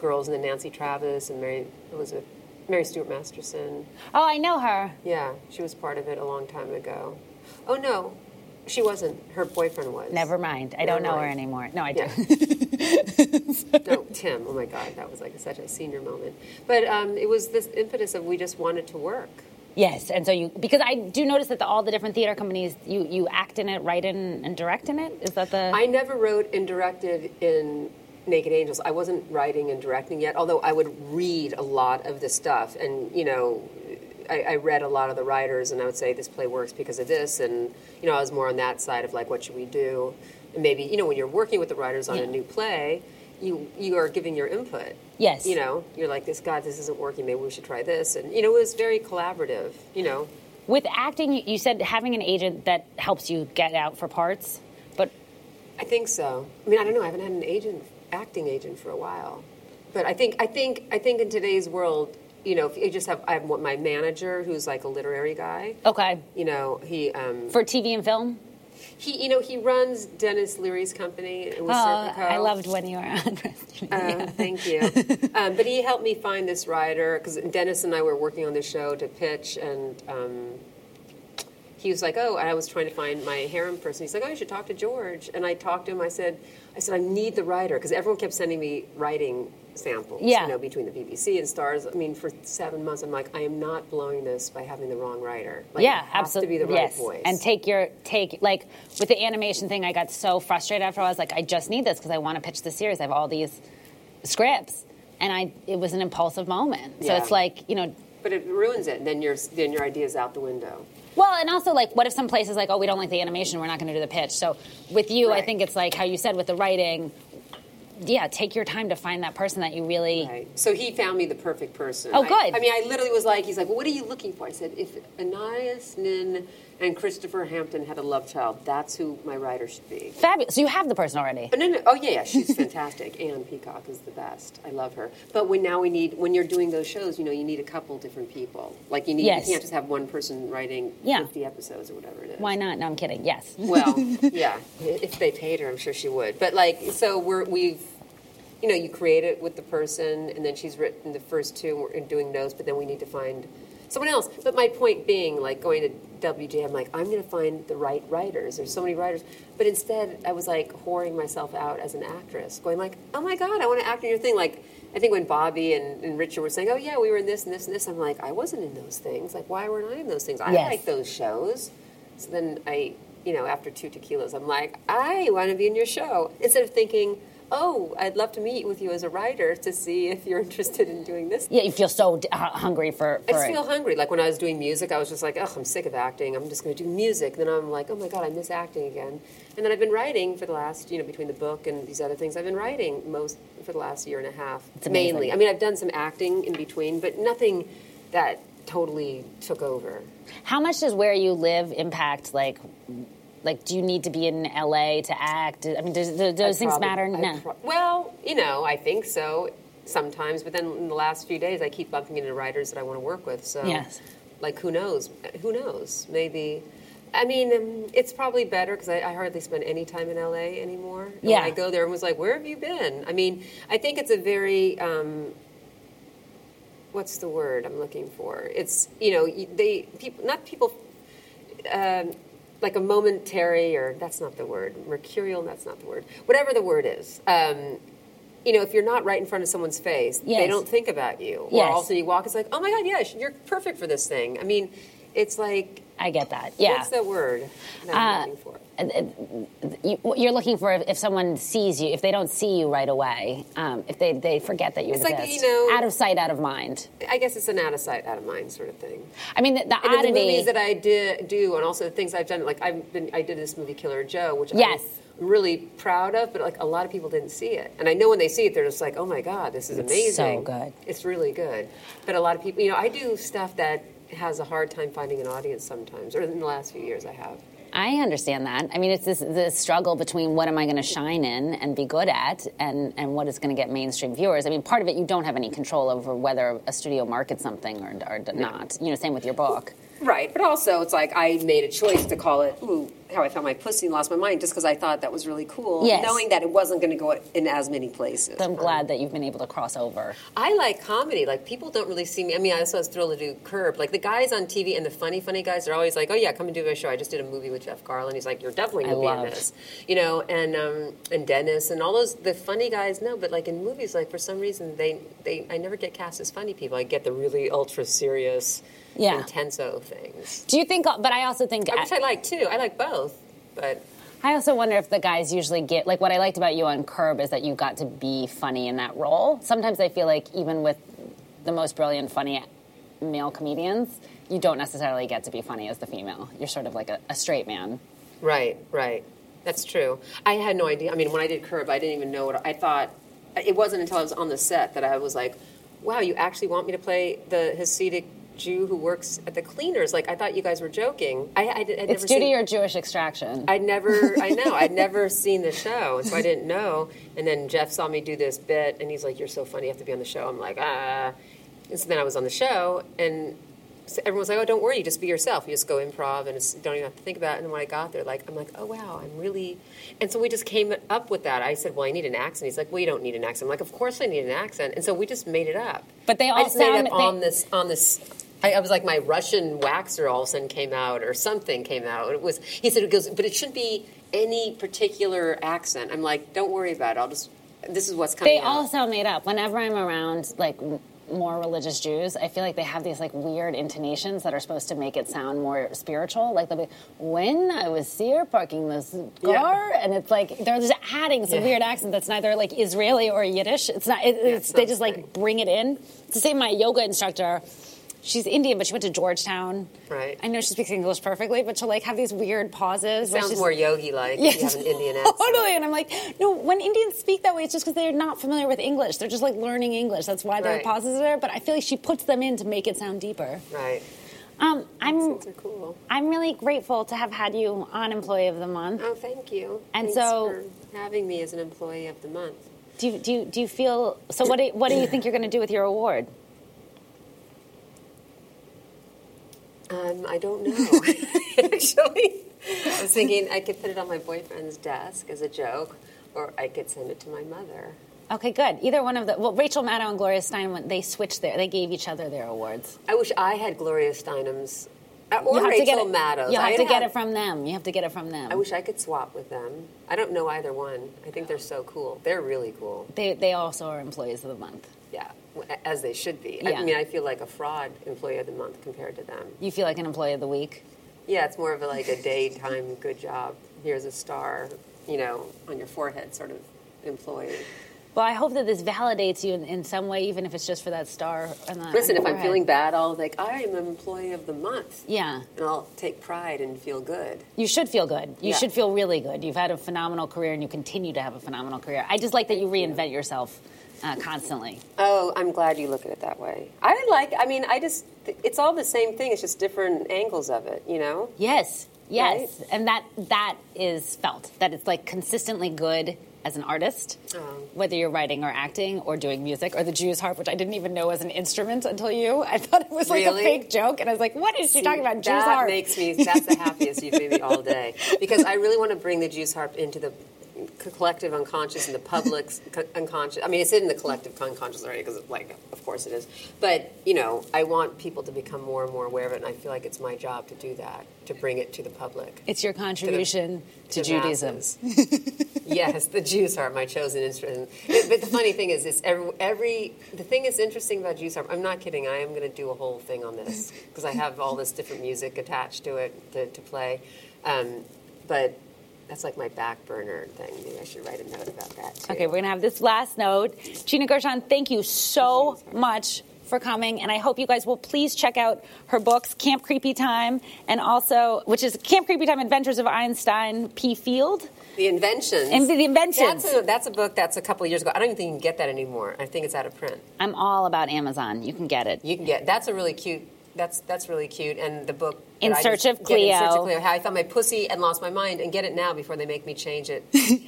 [SPEAKER 3] girls, and then Nancy Travis and Mary Elizabeth, Mary Stuart Masterson.
[SPEAKER 4] Oh, I know her.
[SPEAKER 3] Yeah, she was part of it a long time ago. Oh no, she wasn't. Her boyfriend was.
[SPEAKER 4] Never mind. I don't
[SPEAKER 3] Never
[SPEAKER 4] know her
[SPEAKER 3] mind.
[SPEAKER 4] anymore. No, I do. *laughs*
[SPEAKER 3] Yeah. no, Tim. Oh my God, that was like such a senior moment. But um, it was this impetus of we just wanted to work.
[SPEAKER 4] Yes, and so you because I do notice that the, all the different theater companies you you act in it, write in, and direct in it. Is that the
[SPEAKER 3] I never wrote and directed in Naked Angels. I wasn't writing and directing yet, although I would read a lot of the stuff. And, you know, I, I read a lot of the writers and I would say, this play works because of this. And, you know, I was more on that side of like, what should we do? And maybe, you know, when you're working with the writers on a new play, you, you are giving your input.
[SPEAKER 4] Yes.
[SPEAKER 3] You know, you're like, this, God, this isn't working. Maybe we should try this. And, you know, it was very collaborative, you know.
[SPEAKER 4] with acting? you- You said having an agent that helps you get out for parts, but
[SPEAKER 3] I think so. I mean, I don't know. I haven't had an agent, acting agent, for a while. But I think, I think, I think in today's world, you know, if you just have, I have one- my manager who's like a literary guy.
[SPEAKER 4] okay
[SPEAKER 3] You know, he, um,
[SPEAKER 4] for TV and film.
[SPEAKER 3] he, you know, he runs Dennis Leary's company with
[SPEAKER 4] Oh,
[SPEAKER 3] Serpico.
[SPEAKER 4] I loved when you were on. *laughs*
[SPEAKER 3] Um, Thank you. um, but he helped me find this writer because Dennis and I were working on the show to pitch, and um, he was like, "Oh, I was trying to find my harem person." He's like, "Oh, you should talk to George." And I talked to him. I said, "I said I need the writer because everyone kept sending me writing samples.
[SPEAKER 4] Yeah.
[SPEAKER 3] you know, between the BBC and Stars. I mean, for seven months, I'm like, I am not blowing this by having the wrong writer. *laughs* Like,
[SPEAKER 4] yeah,
[SPEAKER 3] it has
[SPEAKER 4] absolutely.
[SPEAKER 3] To be the right
[SPEAKER 4] yes,
[SPEAKER 3] voice
[SPEAKER 4] and take your take like with the animation thing. I got so frustrated after a while. I was like, I just need this because I want to pitch the series. I have all these scripts, and I it was an impulsive moment. So
[SPEAKER 3] Yeah.
[SPEAKER 4] it's like you know.
[SPEAKER 3] but it ruins it. And then your then your idea is out the window.
[SPEAKER 4] Well, and also like, what if some place is like, oh, we don't like the animation, we're not going to do the pitch. So with you, I
[SPEAKER 3] Right.
[SPEAKER 4] think it's like how you said with the writing. Yeah, take your time to find that person that you really.
[SPEAKER 3] Right. So he found me the perfect person.
[SPEAKER 4] Oh,
[SPEAKER 3] I-
[SPEAKER 4] good.
[SPEAKER 3] I mean, I literally was like, he's like, well, what are you looking for? I said, if Anais Nin and Christopher Hampton had a love child, that's who my writer should be.
[SPEAKER 4] Fabulous. So you have the person already.
[SPEAKER 3] Oh, no, no. Oh, yeah, yeah.
[SPEAKER 4] *laughs*
[SPEAKER 3] She's fantastic. Anne Peacock is the best. I love her. But when now we need, when you're doing those shows, you know, you need a couple different people. Like, you need,
[SPEAKER 4] Yes.
[SPEAKER 3] you can't just have one person writing
[SPEAKER 4] Yeah.
[SPEAKER 3] 50 episodes or whatever it is.
[SPEAKER 4] Why not? No, I'm kidding. Yes.
[SPEAKER 3] Well, yeah. If they paid her, I'm sure she would. But like, so we're we've, you know, you create it with the person, and then she's written the first two, and we're doing those. But then we need to find someone else. But my point being, like going to WJ, I'm like, I'm going to find the right writers. There's so many writers. But instead, I was like whoring myself out as an actress, going like, oh my god, I want to act in your thing, like. I think when Bobby and, and Richard were saying, "Oh yeah, we were in this and this and this," I'm like, "I wasn't in those things. Like, why weren't I in those things? I
[SPEAKER 4] Yes.
[SPEAKER 3] like those shows." So then I, you know, after two tequilas, I'm like, I want to be in your show. Instead of thinking, oh, I'd love to meet with you as a writer to see if you're *laughs* interested in doing this.
[SPEAKER 4] Yeah, you feel so d- hu- hungry for. for
[SPEAKER 3] I just
[SPEAKER 4] it.
[SPEAKER 3] feel hungry. Like when I was doing music, I was just like, oh, I'm sick of acting. I'm just going to do music. Then I'm like, oh my God, I miss acting again. And then I've been writing for the last, you know, between the book and these other things, I've been writing most for the last year and a half.
[SPEAKER 4] amazing.
[SPEAKER 3] mainly. I mean, I've done some acting in between, but nothing that totally took over.
[SPEAKER 4] How much does where you live impact? Like, like, do you need to be in LA to act? I mean, does, do those
[SPEAKER 3] I
[SPEAKER 4] things
[SPEAKER 3] probably-
[SPEAKER 4] matter?
[SPEAKER 3] I
[SPEAKER 4] No.
[SPEAKER 3] pro- well, you know, I think so sometimes, but then in the last few days, I keep bumping into writers that I want to work with. So,
[SPEAKER 4] Yes.
[SPEAKER 3] like, who knows? Who knows? Maybe. I mean, um, it's probably better because I, I hardly spend any time in LA anymore. And
[SPEAKER 4] Yeah.
[SPEAKER 3] When I go there, everyone's like, "Where have you been?" I mean, I think it's a very um, what's the word I'm looking for? It's you know you- they people not people um, like a momentary or that's not the word mercurial that's not the word whatever the word is. Um, you know, if you're not right in front of someone's face, they
[SPEAKER 4] Yes.
[SPEAKER 3] don't think about you.
[SPEAKER 4] Yes.
[SPEAKER 3] Or also you walk, it's like, oh my God, yes, you're perfect for this thing. I mean, it's like,
[SPEAKER 4] I get that. Yeah. Uh,
[SPEAKER 3] what's the word that I'm looking for?
[SPEAKER 4] You, what you're looking for if someone sees you, if they don't see you right away, um, if they, they forget that you
[SPEAKER 3] It's like, you
[SPEAKER 4] exist.
[SPEAKER 3] know-
[SPEAKER 4] out of sight, out of mind.
[SPEAKER 3] I guess it's an out of sight, out of mind sort of thing.
[SPEAKER 4] I mean, the, the
[SPEAKER 3] And in the
[SPEAKER 4] oddity.
[SPEAKER 3] movies that I did do, and also the things I've done, like I've been, I did this movie Killer Joe, which
[SPEAKER 4] Yes.
[SPEAKER 3] I really proud of, but like a lot of people didn't see it. And I know when they see it, they're just like, "Oh my God, this is amazing!"
[SPEAKER 4] so good.
[SPEAKER 3] It's really good. But a lot of people, you know, I do stuff that has a hard time finding an audience sometimes, or in the last few years, I have.
[SPEAKER 4] I understand that. I mean, it's this, this struggle between what am I going to shine in and be good at, and, and what is going to get mainstream viewers. I mean, part of it you don't have any control over whether a studio markets something or, or not. You know, same with your book.
[SPEAKER 3] Right, but also it's like I made a choice to call it "Ooh, How I Found My Pussy and Lost My Mind" just because I thought that was really cool,
[SPEAKER 4] Yes.
[SPEAKER 3] knowing that it wasn't going to go in as many places.
[SPEAKER 4] So I'm glad that you've been able to cross over.
[SPEAKER 3] I like comedy. Like people don't really see me. I mean, I also was thrilled to do Curb. Like the guys on TV and the funny, funny guys are always like, "Oh yeah, come and do a show." I just did a movie with Jeff Garland. He's like, "You're definitely
[SPEAKER 4] I
[SPEAKER 3] going to be in
[SPEAKER 4] loved.
[SPEAKER 3] this," you know. And um, and Dennis and all those the funny guys know, but like in movies, like for some reason they they I never get cast as funny people. I get the really ultra serious,
[SPEAKER 4] Yeah.
[SPEAKER 3] intenso things.
[SPEAKER 4] Do you think? But I also think
[SPEAKER 3] I, which I like too. I like both, but
[SPEAKER 4] I also wonder if the guys usually get like what I liked about you on Curb is that you got to be funny in that role. Sometimes I feel like even with the most brilliant funny male comedians, you don't necessarily get to be funny as the female. You're sort of like a, a straight man.
[SPEAKER 3] Right, right. That's true. I had no idea. I mean, when I did Curb, I didn't even know what I thought. It wasn't until I was on the set that I was like, "Wow, you actually want me to play the Hasidic Jew who works at the cleaners?" Like, I thought you guys were joking. I, I, did- I'd
[SPEAKER 4] It's
[SPEAKER 3] never
[SPEAKER 4] due to
[SPEAKER 3] seen-
[SPEAKER 4] your Jewish extraction.
[SPEAKER 3] I'd never,
[SPEAKER 4] *laughs*
[SPEAKER 3] I know, I'd never seen the show, so I didn't know. And then Jeff saw me do this bit, and he's like, "You're so funny, you have to be on the show." I'm like, ah. And so then I was on the show, and so everyone was like, "Oh, don't worry, you just be yourself. You just go improv, and it's, don't even have to think about it." And when I got there, like, I'm like, "Oh wow, I'm really," and so we just came up with that. I said, "Well, I need an accent." He's like, "Well, you don't need an accent." I'm like, "Of course I need an accent," and so we just made it up.
[SPEAKER 4] But they all
[SPEAKER 3] I just made
[SPEAKER 4] sound-
[SPEAKER 3] it up on
[SPEAKER 4] they-
[SPEAKER 3] this on this. I, I was like, my Russian waxer all of a sudden came out, or something came out. It was. He said, "It goes," but it shouldn't be any particular accent. I'm like, don't worry about it. I'll just. This is what's coming.
[SPEAKER 4] They
[SPEAKER 3] out.
[SPEAKER 4] all sound made up. Whenever I'm around like m- more religious Jews, I feel like they have these like weird intonations that are supposed to make it sound more spiritual. Like they'll be, when I was here parking this car, and it's like they're just adding some
[SPEAKER 3] Yeah.
[SPEAKER 4] weird accent that's neither like Israeli or Yiddish. It's not. It, it's,
[SPEAKER 3] it
[SPEAKER 4] they
[SPEAKER 3] sounds
[SPEAKER 4] just like
[SPEAKER 3] right.
[SPEAKER 4] bring it in. It's the same. My yoga instructor. She's Indian, but she went to Georgetown.
[SPEAKER 3] Right.
[SPEAKER 4] I know she speaks English perfectly, but she'll like have these weird pauses. where
[SPEAKER 3] sounds
[SPEAKER 4] she's-
[SPEAKER 3] more yogi like. You have an
[SPEAKER 4] *laughs*
[SPEAKER 3] Indian accent.
[SPEAKER 4] Totally. And I'm like, no, when Indians speak that way, it's just because they're not familiar with English. They're just like learning English. That's why their
[SPEAKER 3] Right.
[SPEAKER 4] pauses are there. But I feel like she puts them in to make it sound deeper.
[SPEAKER 3] Right.
[SPEAKER 4] Um, I'm,
[SPEAKER 3] Accents are cool.
[SPEAKER 4] I'm really grateful to have had you on Employee of the Month.
[SPEAKER 3] Oh, thank you.
[SPEAKER 4] And
[SPEAKER 3] Thanks
[SPEAKER 4] so-
[SPEAKER 3] for having me as an employee of the month.
[SPEAKER 4] Do you, do you, do you feel, so what do, you- what do you think you're going to do with your award?
[SPEAKER 3] Um, I don't
[SPEAKER 4] *laughs*
[SPEAKER 3] know. *laughs* Actually, I was thinking I could put it on my boyfriend's desk as a joke, or I could send it to my mother.
[SPEAKER 4] Okay, good. Either one of the, well, Rachel Maddow and Gloria Steinem, they switched their, they gave each other their awards.
[SPEAKER 3] I wish I had Gloria Steinem's uh, or
[SPEAKER 4] you have
[SPEAKER 3] Rachel
[SPEAKER 4] to get it,
[SPEAKER 3] Maddow's.
[SPEAKER 4] You have
[SPEAKER 3] I'd
[SPEAKER 4] to get it from them. You have to get it from them.
[SPEAKER 3] I wish I could swap with them. I don't know either one. I think they're so cool. They're really cool.
[SPEAKER 4] they, they also are Employees of the Month.
[SPEAKER 3] Yeah, w- as they should be.
[SPEAKER 4] Yeah.
[SPEAKER 3] I mean, I feel like a fraud employee of the month compared to them.
[SPEAKER 4] You feel like an Employee of the Week?
[SPEAKER 3] Yeah, it's more of a, like a daytime good job. Here's a star, you know, on your forehead sort of employee.
[SPEAKER 4] Well, I hope that this validates you in, in some way, even if it's just for that star. On the,
[SPEAKER 3] Listen, if
[SPEAKER 4] on your
[SPEAKER 3] I'm
[SPEAKER 4] forehead.
[SPEAKER 3] feeling bad, I'll like I am an employee of the month,
[SPEAKER 4] Yeah,
[SPEAKER 3] and I'll take pride and feel good.
[SPEAKER 4] you should feel good. You
[SPEAKER 3] Yeah.
[SPEAKER 4] should feel really good. You've had a phenomenal career, and you continue to have a phenomenal career. I just like that you reinvent yourself uh, constantly.
[SPEAKER 3] Oh, I'm glad you look at it that way. I like. I mean, I just. It's all the same thing. It's just different angles of it. You know.
[SPEAKER 4] Yes, yes, and that that is felt. That it's like consistently good as an artist,
[SPEAKER 3] Oh.
[SPEAKER 4] whether you're writing or acting or doing music or the Jew's harp, which I didn't even know was an instrument until you. *laughs* I thought it was like
[SPEAKER 3] Really?
[SPEAKER 4] a fake joke, and I was like, "What is she talking about?" Jew's
[SPEAKER 3] that
[SPEAKER 4] harp
[SPEAKER 3] makes me. That's the happiest you've made me all day because I really want to bring the juice harp into the c- collective unconscious and the public's co- unconscious. I mean, it's in the collective unconscious already because, like, of course it is. But you know, I want people to become more and more aware of it, and I feel like it's my job to do that to bring it to the public.
[SPEAKER 4] It's your contribution
[SPEAKER 3] to
[SPEAKER 4] to, Judaism.
[SPEAKER 3] masses. *laughs* yes, the Jews harp, my chosen instrument. But but the funny thing is, it's every, every the thing that's interesting about Jews harp. I'm not kidding. I am going to do a whole thing on this because I have all this different music attached to it to, to play. Um, but that's like my back burner thing. Maybe I should write a note about that. Too.
[SPEAKER 4] Okay, we're gonna have this last note. Gina Gershon, thank you so much for coming, and I hope you guys will please check out her books, Camp Creepy Time, and also which is Camp Creepy Time Adventures of Einstein P. Field.
[SPEAKER 3] The Inventions.
[SPEAKER 4] And the inventions.
[SPEAKER 3] That's a, that's a book that's a couple of years ago. I don't even think you can get that anymore. I think it's out of print.
[SPEAKER 4] I'm all about Amazon. You can get it.
[SPEAKER 3] You can get that's a really cute. That's that's really cute. And the book that
[SPEAKER 4] In
[SPEAKER 3] I
[SPEAKER 4] Search
[SPEAKER 3] just-
[SPEAKER 4] of
[SPEAKER 3] get, In Search
[SPEAKER 4] Cleo.
[SPEAKER 3] of Cleo. How I found my pussy and lost my mind. And get it now before they make me change
[SPEAKER 4] *laughs*
[SPEAKER 3] it.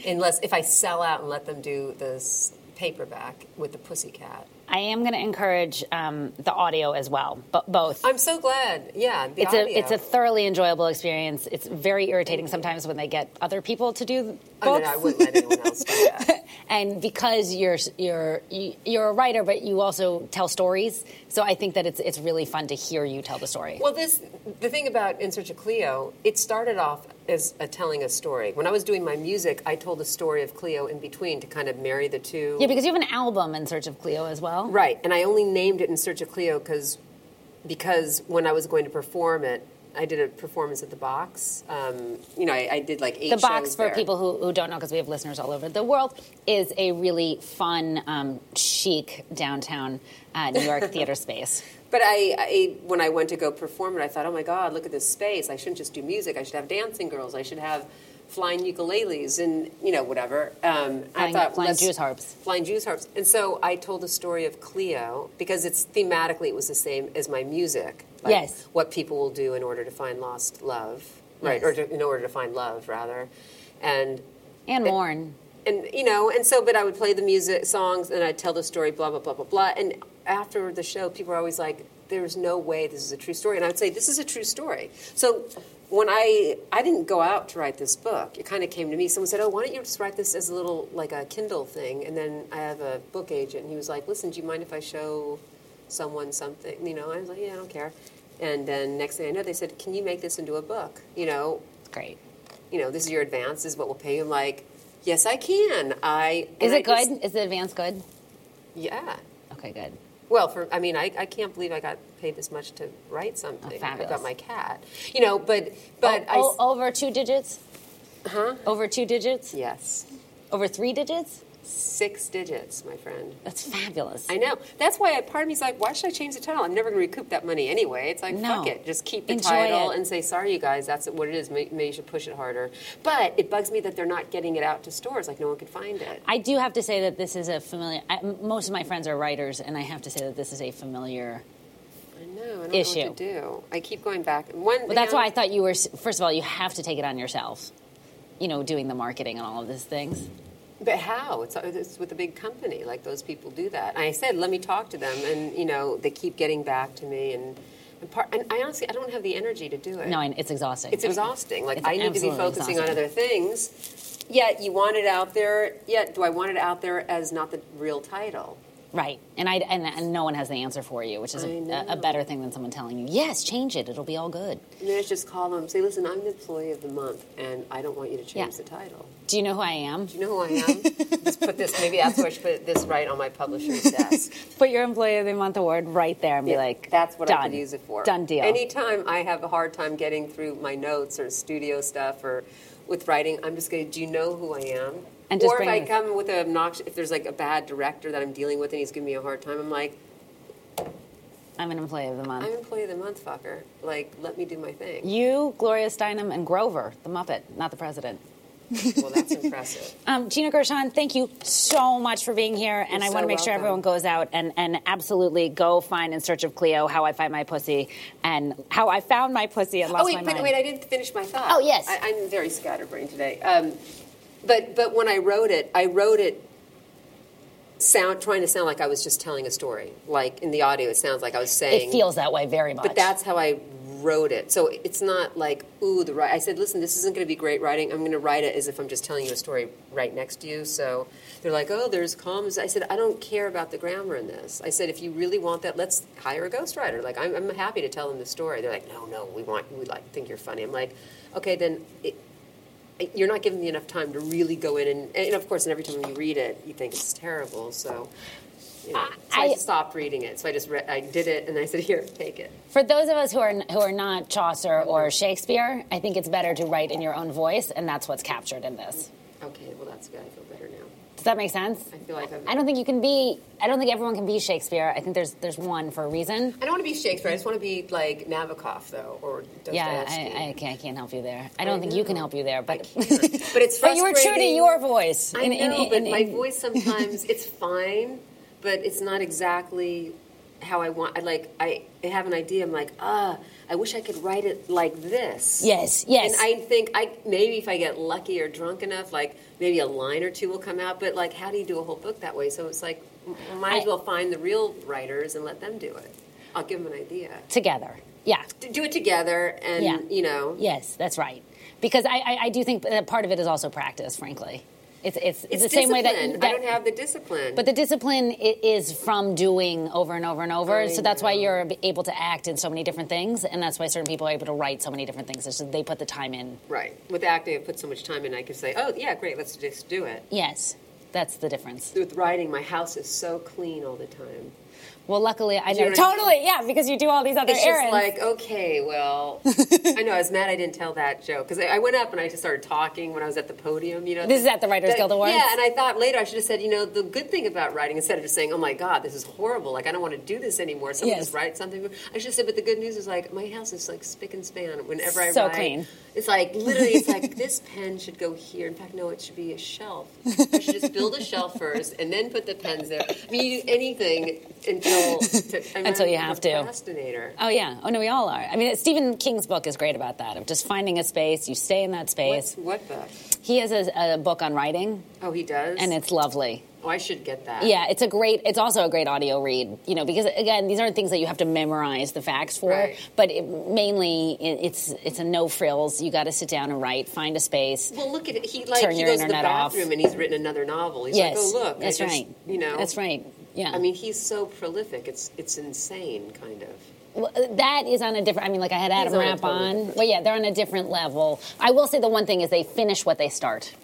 [SPEAKER 3] Unless if I sell out and let them do this paperback with the pussy cat.
[SPEAKER 4] I am going to encourage um, the audio as well, but both.
[SPEAKER 3] I'm so glad. Yeah, the
[SPEAKER 4] it's
[SPEAKER 3] audio.
[SPEAKER 4] a it's a thoroughly enjoyable experience. It's very irritating sometimes when they get other people to do books.
[SPEAKER 3] I mean, I wouldn't let anyone else do
[SPEAKER 4] *laughs*
[SPEAKER 3] that.
[SPEAKER 4] and because you're you're you- you're a writer, but you also tell stories. So I think that it's it's really fun to hear you tell the story.
[SPEAKER 3] Well, this the thing about In Search of Cleo. It started off as a telling a story. When I was doing my music, I told the story of Cleo in between to kind of marry the two.
[SPEAKER 4] yeah, because you have an album in Search of Cleo as well.
[SPEAKER 3] Right, and I only named it In Search of Cleo because because when I was going to perform it, I did a performance at the Box. Um, you know, I, I did like eight.
[SPEAKER 4] The box
[SPEAKER 3] shows
[SPEAKER 4] for
[SPEAKER 3] there.
[SPEAKER 4] people who, who don't know, because we have listeners all over the world, is a really fun, um, chic downtown uh,
[SPEAKER 3] *laughs*
[SPEAKER 4] New York theater space.
[SPEAKER 3] But I, I, when I went to go perform it, I thought, oh my God, look at this space. I shouldn't just do music. I should have dancing girls. I should have flying ukuleles and, you know, whatever. Um, I
[SPEAKER 4] Flying-
[SPEAKER 3] thought,
[SPEAKER 4] flying
[SPEAKER 3] let's-
[SPEAKER 4] Jew's harps.
[SPEAKER 3] Flying Jew's harps. And so I told the story of Cleo because it's thematically it was the same as my music. Like
[SPEAKER 4] Yes.
[SPEAKER 3] What people will do in order to find lost love, right?
[SPEAKER 4] Yes.
[SPEAKER 3] Or to, in order to find love, rather. And
[SPEAKER 4] And Morn.
[SPEAKER 3] and you know, and so, but I would play the music songs and I'd tell the story, blah blah blah blah blah. And after the show, people are always like, "There's no way this is a true story," and I would say, "This is a true story." So when I I didn't go out to write this book, it kind of came to me. Someone said, "Oh, why don't you just write this as a little like a Kindle thing?" And then I have a book agent, and he was like, "Listen, do you mind if I show someone something?" You know, I was like, "Yeah, I don't care." And then next thing I know, they said, "Can you make this into a book?" You know,
[SPEAKER 4] Great.
[SPEAKER 3] you know, this is your advance, this is what we'll pay you. I'm like, yes, I can. I
[SPEAKER 4] Is
[SPEAKER 3] and I
[SPEAKER 4] it good?
[SPEAKER 3] just-
[SPEAKER 4] Is the advance good?
[SPEAKER 3] yeah.
[SPEAKER 4] Okay, good.
[SPEAKER 3] Well, for I mean, I, I can't believe I got paid this much to write something. I
[SPEAKER 4] fabulous. Oh,
[SPEAKER 3] got my cat, you know. But but I
[SPEAKER 4] O-
[SPEAKER 3] s-
[SPEAKER 4] o- over two digits? Huh? Over two digits?
[SPEAKER 3] yes,
[SPEAKER 4] Over three digits?
[SPEAKER 3] six digits, my friend.
[SPEAKER 4] That's fabulous.
[SPEAKER 3] I know. That's why I, part of me's like, why should I change the title? I'm never going to recoup that money anyway. It's like,
[SPEAKER 4] No.
[SPEAKER 3] fuck it. Just keep the
[SPEAKER 4] Enjoy
[SPEAKER 3] title
[SPEAKER 4] it.
[SPEAKER 3] and say, sorry, you guys, that's what it is. May- Maybe you should push it harder. But it bugs me that they're not getting it out to stores. Like, no one could find it.
[SPEAKER 4] I do have to say that this is a familiar. I, m- most of my friends are writers, and I have to say that this is a familiar.
[SPEAKER 3] I know. I don't know
[SPEAKER 4] Issue.
[SPEAKER 3] what to do. I keep going back. One,
[SPEAKER 4] But that's why I thought you were. s- First of all, you have to take it on yourself. You know, doing the marketing and all of these things.
[SPEAKER 3] But how? It's, it's with a big company. Like those people do that. I said, let me talk to them, and you know, they keep getting back to me, and and, part, and I honestly, I don't have the energy to do it.
[SPEAKER 4] No, I, it's exhausting.
[SPEAKER 3] it's exhausting. Like
[SPEAKER 4] It's
[SPEAKER 3] I need to be
[SPEAKER 4] absolutely
[SPEAKER 3] focusing on
[SPEAKER 4] exhausting.
[SPEAKER 3] other things. Yet you want it out there. Yet do I want it out there as not the real title?
[SPEAKER 4] Right, and I and, and no one has the answer for you, which is
[SPEAKER 3] I
[SPEAKER 4] a,
[SPEAKER 3] know.
[SPEAKER 4] a better thing than someone telling you, "Yes, change it; it'll be all good."
[SPEAKER 3] And then it's just call them, say, listen, I'm the employee of the month, and I don't want you to change
[SPEAKER 4] Yeah.
[SPEAKER 3] the title.
[SPEAKER 4] Do you know who I am?
[SPEAKER 3] Do you know who I am? just put this. Maybe that's where I should put this right on my publisher's desk.
[SPEAKER 4] Put your Employee of the Month award right there and be
[SPEAKER 3] Yeah,
[SPEAKER 4] like,
[SPEAKER 3] that's what I
[SPEAKER 4] "Done.
[SPEAKER 3] could use it for.
[SPEAKER 4] Done deal."
[SPEAKER 3] Anytime I have a hard time getting through my notes or studio stuff or with writing, I'm just going to, do you know who I am?
[SPEAKER 4] And just
[SPEAKER 3] or if
[SPEAKER 4] bring
[SPEAKER 3] I
[SPEAKER 4] this-
[SPEAKER 3] come with an obnoxious, if there's like a bad director that I'm dealing with and he's giving me a hard time, I'm like,
[SPEAKER 4] I'm an Employee of the Month.
[SPEAKER 3] I'm employee of the month, fucker. Like, let me do my
[SPEAKER 4] *laughs*
[SPEAKER 3] thing.
[SPEAKER 4] You, Gloria Steinem, and Grover, the Muppet, not the president.
[SPEAKER 3] Well, that's impressive.
[SPEAKER 4] Um, Gina Gershon, thank you so much for being here. and I
[SPEAKER 3] so
[SPEAKER 4] want to make sure
[SPEAKER 3] welcome.
[SPEAKER 4] everyone goes out and, and absolutely go find In Search of Cleo, How I Find My Pussy, and How I Found My Pussy and Lost
[SPEAKER 3] oh wait,
[SPEAKER 4] My
[SPEAKER 3] but
[SPEAKER 4] Mind.
[SPEAKER 3] wait, I didn't finish my thought.
[SPEAKER 4] Oh, yes.
[SPEAKER 3] I, I'm very scatterbrained today. Um, but but when I wrote it, I wrote it sound trying to sound like I was just telling a story. Like in the audio, it sounds like I was saying.
[SPEAKER 4] it feels that way very much.
[SPEAKER 3] But that's how I wrote it. So it's not like ooh the right. I said, listen, this isn't going to be great writing. I'm going to write it as if I'm just telling you a story right next to you. So they're like, oh, there's commas. I said, I don't care about the grammar in this. I said, if you really want that, let's hire a ghostwriter. Like I'm, I'm happy to tell them the story. They're like, no, no, we want we like think you're funny. I'm like, okay, then. It, you're not giving me enough time to really go in and, and of course and every time you read it you think it's terrible so, you know. so I,
[SPEAKER 4] I-
[SPEAKER 3] stopped reading it so i just read i did it and i said here take it
[SPEAKER 4] For those of us who are who are not Chaucer or Shakespeare, I think it's better to write in your own voice, and that's what's captured in this.
[SPEAKER 3] Okay, well, that's good. I feel better now.
[SPEAKER 4] Does that make sense?
[SPEAKER 3] I feel like I'm-
[SPEAKER 4] I don't think you can be. I don't think everyone can be Shakespeare. I think there's there's one for a reason.
[SPEAKER 3] I don't want to be Shakespeare. I just want to be like Nabokov, though, or Dostoevsky.
[SPEAKER 4] Yeah, I, I, can't, I can't help you there. I don't think
[SPEAKER 3] know.
[SPEAKER 4] you can help you there, but
[SPEAKER 3] But it's
[SPEAKER 4] *laughs* but you were true to
[SPEAKER 3] frustrating.
[SPEAKER 4] your voice.
[SPEAKER 3] I
[SPEAKER 4] in-
[SPEAKER 3] know,
[SPEAKER 4] in- in-
[SPEAKER 3] but
[SPEAKER 4] in-
[SPEAKER 3] my voice
[SPEAKER 4] *laughs*
[SPEAKER 3] sometimes it's fine, but it's not exactly how I want. I like I I have an idea. I'm like, ah, I wish I could write it like this.
[SPEAKER 4] Yes, yes.
[SPEAKER 3] And I think I maybe if I get lucky or drunk enough, like maybe a line or two will come out. But like, how do you do a whole book that way? So it's like, m- might as
[SPEAKER 4] I-
[SPEAKER 3] well find the real writers and let them do it. I'll give them an idea.
[SPEAKER 4] together. Yeah.
[SPEAKER 3] D- Do it together, and
[SPEAKER 4] Yeah.
[SPEAKER 3] you know,
[SPEAKER 4] Yes, that's right. Because I, I, I do think that part of it is also practice. Frankly, it's it's,
[SPEAKER 3] it's
[SPEAKER 4] the same way that,
[SPEAKER 3] discipline.
[SPEAKER 4] that
[SPEAKER 3] I don't have the discipline.
[SPEAKER 4] But the discipline i- is from doing over and over and over.
[SPEAKER 3] I
[SPEAKER 4] so that's why
[SPEAKER 3] know.
[SPEAKER 4] you're able to act in so many different things, and that's why certain people are able to write so many different things. It's just they put the time in.
[SPEAKER 3] Right. With acting, I put so much time in, I could say, oh, yeah, great, let's just do it.
[SPEAKER 4] Yes, that's the difference.
[SPEAKER 3] With writing, my house is so clean all the time.
[SPEAKER 4] Well, luckily I
[SPEAKER 3] Do you
[SPEAKER 4] know
[SPEAKER 3] know what I
[SPEAKER 4] totally. Yeah, because you do all these other
[SPEAKER 3] It's
[SPEAKER 4] errands.
[SPEAKER 3] just like, okay, well, I know, I was mad I didn't tell that joke. Because I, I went up and I just started talking when I was at the podium, you know.
[SPEAKER 4] This is at the Writers
[SPEAKER 3] But-
[SPEAKER 4] Guild Awards?
[SPEAKER 3] Yeah, and I thought later I should have said, you know, the good thing about writing, instead of just saying, oh my God, this is horrible, like I don't want to do this anymore, someone
[SPEAKER 4] Yes.
[SPEAKER 3] just write something. I should have said, but the good news is like, my house is like spick and span whenever I
[SPEAKER 4] So
[SPEAKER 3] write.
[SPEAKER 4] clean.
[SPEAKER 3] It's like, literally, it's
[SPEAKER 4] *laughs*
[SPEAKER 3] like, this pen should go here. In fact, no, it should be a shelf. I should just build a shelf first and then put the pens there. I mean, you do anything until, to, I mean,
[SPEAKER 4] Until you
[SPEAKER 3] I'm a
[SPEAKER 4] have to.
[SPEAKER 3] Procrastinator.
[SPEAKER 4] oh yeah. Oh no, we all are. I mean, Stephen King's book is great about that of just finding a space. You stay in that
[SPEAKER 3] What,
[SPEAKER 4] space.
[SPEAKER 3] what the?
[SPEAKER 4] He has a, a book on writing,
[SPEAKER 3] Oh, he does?
[SPEAKER 4] and it's lovely.
[SPEAKER 3] oh, I should get that.
[SPEAKER 4] Yeah, it's a great. It's also a great audio read. You know, because again, these aren't things that you have to memorize the facts for.
[SPEAKER 3] Right.
[SPEAKER 4] But it, mainly, it, it's it's a no frills. You got to sit down and write. Find a space.
[SPEAKER 3] Well, look at it. He like
[SPEAKER 4] Turn
[SPEAKER 3] he
[SPEAKER 4] your
[SPEAKER 3] goes to the
[SPEAKER 4] internet off.
[SPEAKER 3] bathroom and he's written another novel. He's
[SPEAKER 4] yes.
[SPEAKER 3] like, oh look, I
[SPEAKER 4] that's
[SPEAKER 3] just-
[SPEAKER 4] right.
[SPEAKER 3] You know,
[SPEAKER 4] That's right. Yeah.
[SPEAKER 3] I mean, he's so prolific. It's it's insane, kind of.
[SPEAKER 4] Well, that is on a different. I mean, like I had Adam
[SPEAKER 3] on a
[SPEAKER 4] Rapp
[SPEAKER 3] totally
[SPEAKER 4] on.
[SPEAKER 3] different-
[SPEAKER 4] Well, yeah, they're on a different level. I will say the one thing is they finish what they start.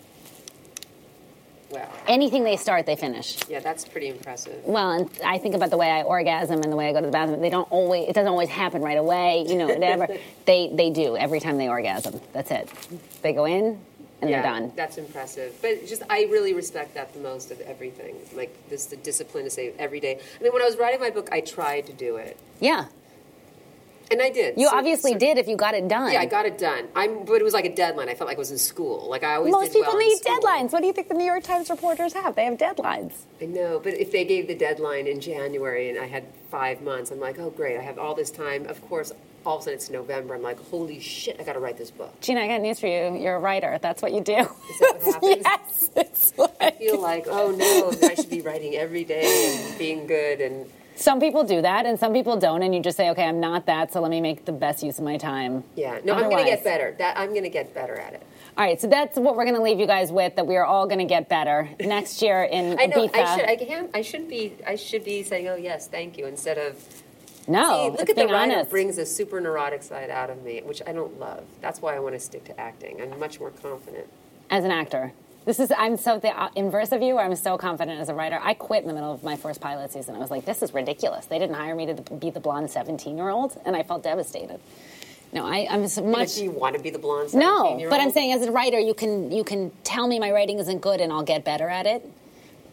[SPEAKER 3] Wow.
[SPEAKER 4] Anything they start, they finish.
[SPEAKER 3] Yeah, that's pretty impressive.
[SPEAKER 4] Well, and I think about the way I orgasm and the way I go to the bathroom. They don't always. It doesn't always happen right away. You
[SPEAKER 3] *laughs*
[SPEAKER 4] know, whatever. they they do every time they orgasm. That's it. They go in and
[SPEAKER 3] yeah,
[SPEAKER 4] they're done.
[SPEAKER 3] That's impressive. But just I really respect that the most of everything. Like this, the discipline to say every day. I mean, when I was writing my book, I tried to do it,
[SPEAKER 4] Yeah,
[SPEAKER 3] and I did.
[SPEAKER 4] you
[SPEAKER 3] So-
[SPEAKER 4] obviously
[SPEAKER 3] so-
[SPEAKER 4] did if you got it done.
[SPEAKER 3] Yeah, I got it done. I'm, but it was like a deadline. I felt like I was in school. Like I always.
[SPEAKER 4] Most
[SPEAKER 3] did
[SPEAKER 4] people
[SPEAKER 3] well in
[SPEAKER 4] need
[SPEAKER 3] school.
[SPEAKER 4] deadlines. What do you think the New York Times reporters have? They have deadlines.
[SPEAKER 3] I know, but if they gave the deadline in January and I had five months, I'm like, oh great, I have all this time. Of course, all of a sudden it's November. I'm like, holy shit, I got to write this book.
[SPEAKER 4] Gina, I got news for you. You're a writer. That's what you do. Is
[SPEAKER 3] that what
[SPEAKER 4] *laughs*
[SPEAKER 3] happens?
[SPEAKER 4] yes. It's like-
[SPEAKER 3] I feel like, oh no, I should be writing every day and being good. And
[SPEAKER 4] some people do that, and some people don't. And you just say, okay, I'm not that, so let me make the best use of my time.
[SPEAKER 3] yeah, no, I'm gonna
[SPEAKER 4] Otherwise-
[SPEAKER 3] get better. That I'm gonna get better at it.
[SPEAKER 4] All right, so that's what we're going to leave you guys with. That we are all going to get better next year in
[SPEAKER 3] I know.
[SPEAKER 4] Ibiza.
[SPEAKER 3] I should. I can't. I should be. I should be saying, oh yes, thank you, instead of.
[SPEAKER 4] no,
[SPEAKER 3] See, look
[SPEAKER 4] it's
[SPEAKER 3] at the
[SPEAKER 4] being
[SPEAKER 3] writer
[SPEAKER 4] honest.
[SPEAKER 3] brings a super neurotic side out of me, which I don't love. That's why I want to stick to acting. I'm much more confident.
[SPEAKER 4] as an actor. This is I'm so the uh, inverse of you. Where I'm so confident as a writer. I quit in the middle of my first pilot season. I was like, this is ridiculous. They didn't hire me to be the blonde 17 year old, and I felt devastated. No, I, I'm so
[SPEAKER 3] But
[SPEAKER 4] much.
[SPEAKER 3] do you want to be the blonde?
[SPEAKER 4] No,
[SPEAKER 3] 17-year-old?
[SPEAKER 4] but I'm saying as a writer, you can you can tell me my writing isn't good, and I'll get better at it.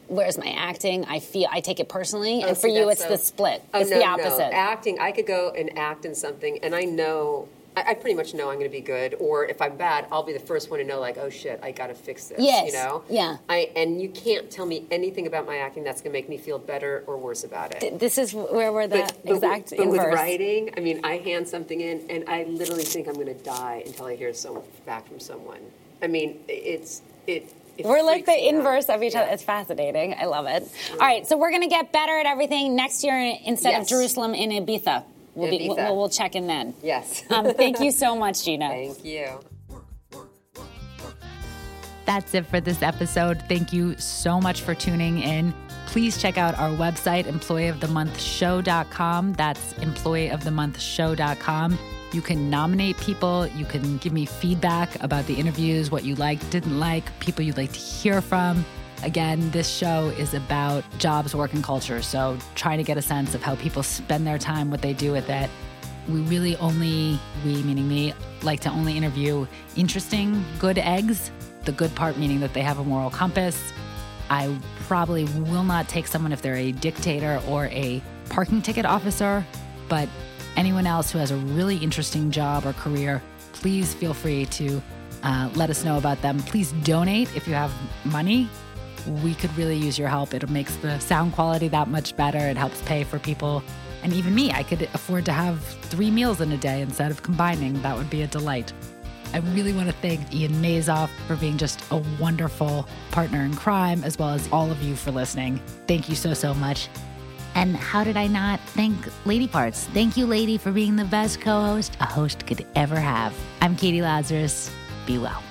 [SPEAKER 4] Whereas my acting, I feel I take it personally,
[SPEAKER 3] Oh,
[SPEAKER 4] and for
[SPEAKER 3] see,
[SPEAKER 4] you,
[SPEAKER 3] that's
[SPEAKER 4] it's
[SPEAKER 3] so-
[SPEAKER 4] the split.
[SPEAKER 3] Oh,
[SPEAKER 4] it's
[SPEAKER 3] no,
[SPEAKER 4] the opposite.
[SPEAKER 3] No. Acting, I could go and act in something, and I know, I, I pretty much know I'm going to be good. Or if I'm bad, I'll be the first one to know, like, oh shit, I got to fix this.
[SPEAKER 4] Yes.
[SPEAKER 3] You know?
[SPEAKER 4] Yeah.
[SPEAKER 3] I and you can't tell me anything about my acting that's going to make me feel better or worse about it.
[SPEAKER 4] This is where we're the
[SPEAKER 3] But, but,
[SPEAKER 4] exact
[SPEAKER 3] but with
[SPEAKER 4] inverse.
[SPEAKER 3] writing, I mean, I hand something in, and I literally think I'm going to die until I hear some back from someone. I mean, it's it. it
[SPEAKER 4] We're like
[SPEAKER 3] freaks
[SPEAKER 4] the
[SPEAKER 3] me out.
[SPEAKER 4] inverse of each other.
[SPEAKER 3] Yeah.
[SPEAKER 4] It's fascinating. I love it. All right, so we're going to get better at everything next year instead of
[SPEAKER 3] Yes.
[SPEAKER 4] Jerusalem in Ibiza. We'll, Be,
[SPEAKER 3] Ibiza.
[SPEAKER 4] we'll, we'll check in then. *laughs*
[SPEAKER 3] Yes.
[SPEAKER 4] Um,
[SPEAKER 3] *laughs*
[SPEAKER 4] thank you so much, Gina.
[SPEAKER 3] Thank you.
[SPEAKER 2] That's it for this episode. Thank you so much for tuning in. Please check out our website, employeeofthemonthshow.com. That's employeeofthemonthshow.com. You can nominate people. You can give me feedback about the interviews, what you liked, didn't like, people you'd like to hear from. Again, this show is about jobs, work, and culture. So trying to get a sense of how people spend their time, what they do with it. We really only, we meaning me, like to only interview interesting, good eggs. The good part meaning that they have a moral compass, I probably will not take someone if they're a dictator or a parking ticket officer, but anyone else who has a really interesting job or career, please feel free to uh, let us know about them. Please donate if you have money. We could really use your help. It makes the sound quality that much better. It helps pay for people. And even me, I could afford to have three meals in a day instead of combining. That would be a delight. I really want to thank Ian Mazoff for being just a wonderful partner in crime, as well as all of you for listening. Thank you so, so much. And how did I not thank Lady Parts? Thank you, Lady, for being the best co host a host could ever have. I'm Katie Lazarus. Be well.